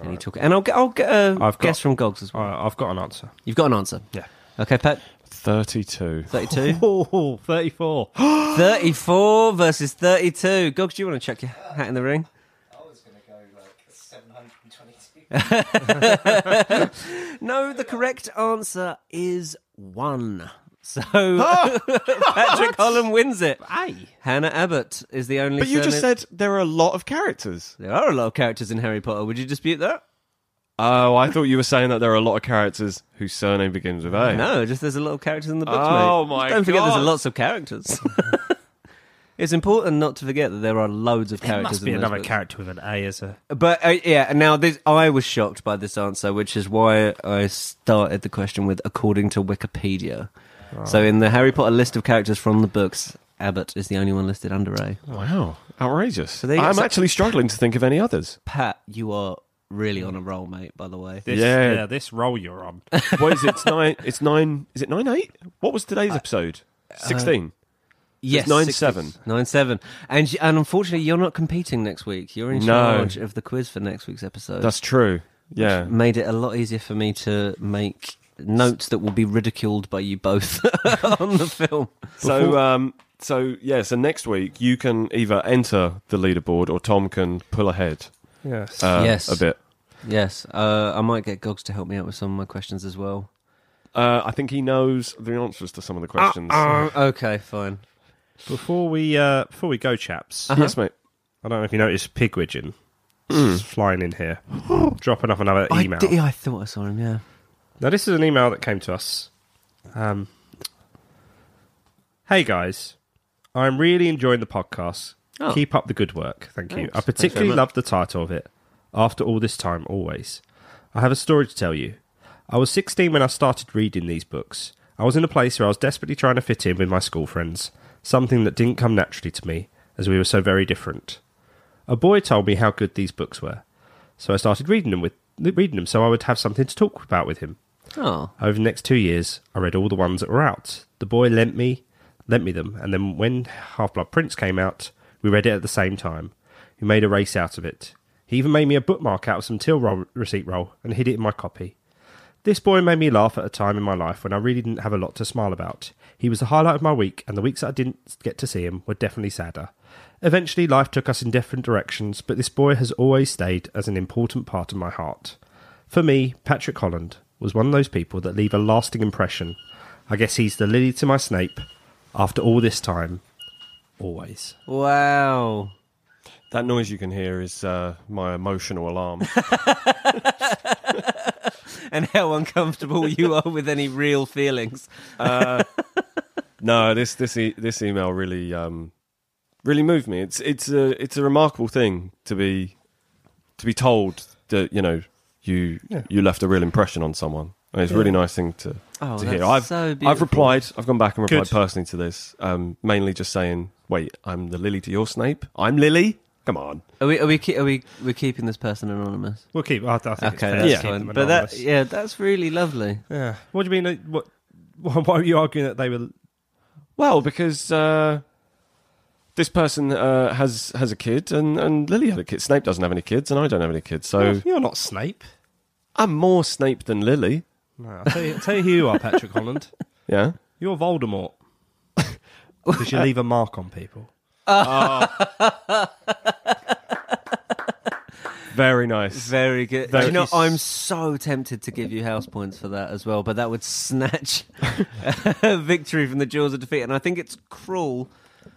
Speaker 3: Any talk, and I'll get I'll get a
Speaker 1: I've
Speaker 3: guess
Speaker 1: got-
Speaker 3: from Gogs as well.
Speaker 1: All right, I've got an answer.
Speaker 3: You've got an answer.
Speaker 1: Yeah.
Speaker 3: Okay, Pat.
Speaker 2: Thirty-two.
Speaker 3: Thirty-two.
Speaker 1: Oh, 34.
Speaker 3: 34 versus 32. Gogs, do you want to chuck your hat in the ring?
Speaker 5: I was going to go like 722.
Speaker 3: No, the correct answer is one. So
Speaker 2: Oh,
Speaker 3: Patrick Holland wins it. Aye. Hannah Abbott is the only.
Speaker 2: But you just
Speaker 3: surname-
Speaker 2: said there are a lot of characters.
Speaker 3: there are a lot of characters in Harry Potter. Would you dispute that?
Speaker 2: Oh, I thought you were saying that there are a lot of characters whose surname begins with A.
Speaker 3: No, just there's a lot of characters in the books.
Speaker 2: Oh,
Speaker 3: mate.
Speaker 2: my
Speaker 3: Don't forget, there's
Speaker 2: God.
Speaker 3: lots of characters. It's important not to forget that there are loads of
Speaker 1: There
Speaker 3: characters.
Speaker 1: must be
Speaker 3: in those
Speaker 1: another
Speaker 3: books.
Speaker 1: character with an A as a.
Speaker 3: But uh, yeah, now this I was shocked by this answer, which is why I started the question with according to Wikipedia. So in the Harry Potter list of characters from the books, Abbott is the only one listed under A.
Speaker 2: Wow, outrageous!
Speaker 3: there you go.
Speaker 2: I'm
Speaker 3: So-
Speaker 2: actually struggling to think of any others.
Speaker 3: Pat, you are really on a roll, mate. By the way,
Speaker 1: This,
Speaker 2: Yeah.
Speaker 1: this roll you're on.
Speaker 2: What is it? It's nine. It's nine. Is it nine eight? What was today's episode? Sixteen.
Speaker 3: yes,
Speaker 2: nine
Speaker 3: six-
Speaker 2: seven.
Speaker 3: nine seven, and y- and unfortunately, you're not competing next week. You're in
Speaker 2: No.
Speaker 3: charge of the quiz for next week's episode.
Speaker 2: That's true. Yeah.
Speaker 3: made it a lot easier for me to make notes that will be ridiculed by you both on the film.
Speaker 2: So um. So yeah. So next week you can either enter the leaderboard or Tom can pull ahead.
Speaker 1: Yes.
Speaker 2: Uh,
Speaker 3: Yes.
Speaker 2: A bit.
Speaker 3: Yes, uh, I might get Gogs to help me out with some of my questions as well.
Speaker 2: Uh, I think he knows the answers to some of the questions.
Speaker 3: Uh-uh. okay, fine.
Speaker 1: Before we uh, before we go, chaps,
Speaker 2: Yes, mate.
Speaker 1: I don't know if you noticed Pigwidgeon is flying in here, dropping off another
Speaker 3: Hmm. I,
Speaker 1: email.
Speaker 3: did, I thought I saw him. Yeah.
Speaker 1: Now, this is an email that came to us. Um, hey guys, I'm really enjoying the podcast.
Speaker 3: Oh.
Speaker 1: Keep up the good work. Thank you.
Speaker 2: Thanks.
Speaker 1: I
Speaker 2: Thanks very
Speaker 1: particularly
Speaker 2: much.
Speaker 1: love the title of it. After all this time, always. I have a story to tell you. I was 16 when I started reading these books. I was in a place where I was desperately trying to fit in with my school friends, something that didn't come naturally to me, as we were so very different. A boy told me how good these books were, so I started reading them with reading them so I would have something to talk about with him.
Speaker 3: Oh.
Speaker 1: Over the next two years, I read all the ones that were out. The boy lent me lent me them, and then when Half Blood Prince came out, we read it at the same time. We made a race out of it. He even made me a bookmark out of some till roll, receipt roll and hid it in my copy. This boy made me laugh at a time in my life when I really didn't have a lot to smile about. He was the highlight of my week, and the weeks that I didn't get to see him were definitely sadder. Eventually, life took us in different directions, but this boy has always stayed as an important part of my heart. For me, Patrick Holland was one of those people that leave a lasting impression. I guess he's the lily to my Snape after all this time, always.
Speaker 3: Wow.
Speaker 2: That noise you can hear is uh, my emotional alarm.
Speaker 3: And how uncomfortable you are with any real feelings.
Speaker 2: no, this this e- this email really um, really moved me. It's it's a it's a remarkable thing to be to be told that you know you
Speaker 1: Yeah.
Speaker 2: you left a real impression on someone. And it's a really nice thing to
Speaker 3: Oh,
Speaker 2: to
Speaker 3: that's
Speaker 2: hear. I've
Speaker 3: so
Speaker 2: I've
Speaker 3: beautiful.
Speaker 2: replied. I've gone back and replied
Speaker 1: Good.
Speaker 2: personally to this, um, mainly just saying, "Wait, I'm the Lily to your Snape. I'm Lily. Come on."
Speaker 3: Are we? Are we? Ke- are we? We're keeping this person anonymous.
Speaker 1: We'll keep. I, I think it's
Speaker 3: Okay,
Speaker 1: fair to
Speaker 3: that's
Speaker 1: keep
Speaker 3: fine.
Speaker 1: them
Speaker 3: But that,
Speaker 1: anonymous.
Speaker 3: yeah, that's really lovely.
Speaker 1: Yeah. What do you mean? uh, What? Why why were you arguing that they were?
Speaker 2: Well, because uh, this person uh, has has a kid, and, and Lily had a kid. Snape doesn't have any kids, and I don't have any kids, so
Speaker 1: You're not Snape.
Speaker 2: I'm more Snape than Lily.
Speaker 1: No, I'll tell you, I'll tell you who you are, Patrick Holland.
Speaker 2: Yeah.
Speaker 1: You're Voldemort. Because you leave a mark on people.
Speaker 2: Very nice.
Speaker 3: Very good. Do
Speaker 2: Very-
Speaker 3: you know, I'm so tempted to give you house points for that as well, but that would snatch victory from the jaws of defeat. And I think it's cruel.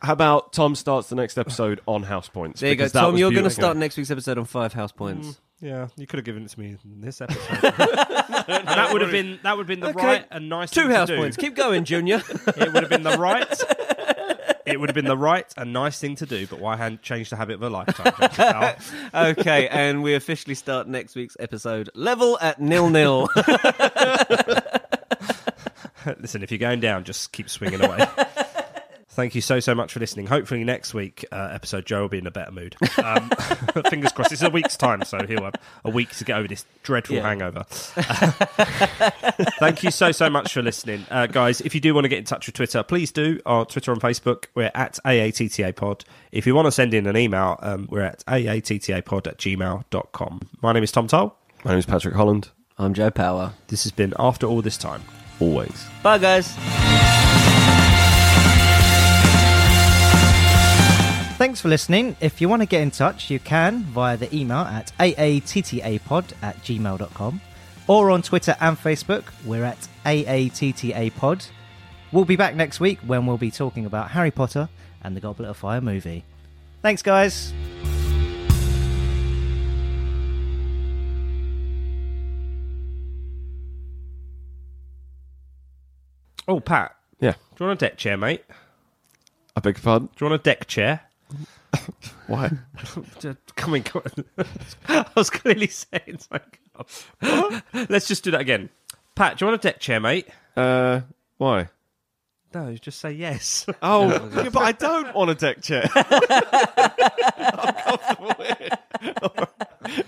Speaker 2: How about Tom starts the next episode on house points?
Speaker 3: There you go,
Speaker 2: because that
Speaker 3: Tom.
Speaker 2: was
Speaker 3: You're going to
Speaker 2: beautiful. Mm.
Speaker 3: start next week's episode on five house points.
Speaker 1: Mm, Yeah, you could have given it to me in this episode. And that would have been that would have been the
Speaker 3: Okay.
Speaker 1: right and nice
Speaker 3: Two
Speaker 1: thing to
Speaker 3: house
Speaker 1: do.
Speaker 3: points. Keep going, Junior.
Speaker 1: It would have been the right. It would have been the right and nice thing to do, but why hadn't changed the habit of a lifetime? James Powell?
Speaker 3: okay, and we officially start next week's episode level at nil nil.
Speaker 1: Listen, if you're going down, just keep swinging away. Thank you so so much for listening. Hopefully next week uh, episode Joe will be in a better mood. Um, fingers crossed. It's a week's time, so he'll have a week to get over this dreadful
Speaker 3: Yeah.
Speaker 1: hangover. Thank you so so much for listening, uh, guys. If you do want to get in touch with Twitter, please do. Our Twitter and Facebook, we're at aatta pod. If you want to send in an email, um, we're at aattapod at gmail.com. My name is Tom Toll.
Speaker 2: My name is Patrick Holland.
Speaker 3: I'm Joe Power.
Speaker 1: This has been after all this time.
Speaker 2: Always.
Speaker 3: Bye, guys.
Speaker 6: Thanks for listening. If you want to get in touch, you can via the email at aattapod at gmail.com or on Twitter and Facebook. We're at aattapod. We'll be back next week when we'll be talking about Harry Potter and the Goblet of Fire movie. Thanks, guys.
Speaker 1: Oh, Pat,
Speaker 2: Yeah.
Speaker 1: do you want a deck chair, mate?
Speaker 2: I beg your pardon.
Speaker 1: Do you want a deck chair?
Speaker 2: Why?
Speaker 1: Come in, come on. I was clearly saying oh. something. Let's just do that again. Pat, do you want a deck chair, mate?
Speaker 2: uh, why?
Speaker 7: No, just say yes.
Speaker 1: Oh, yeah, but I don't want a deck chair. I'm comfortable with it.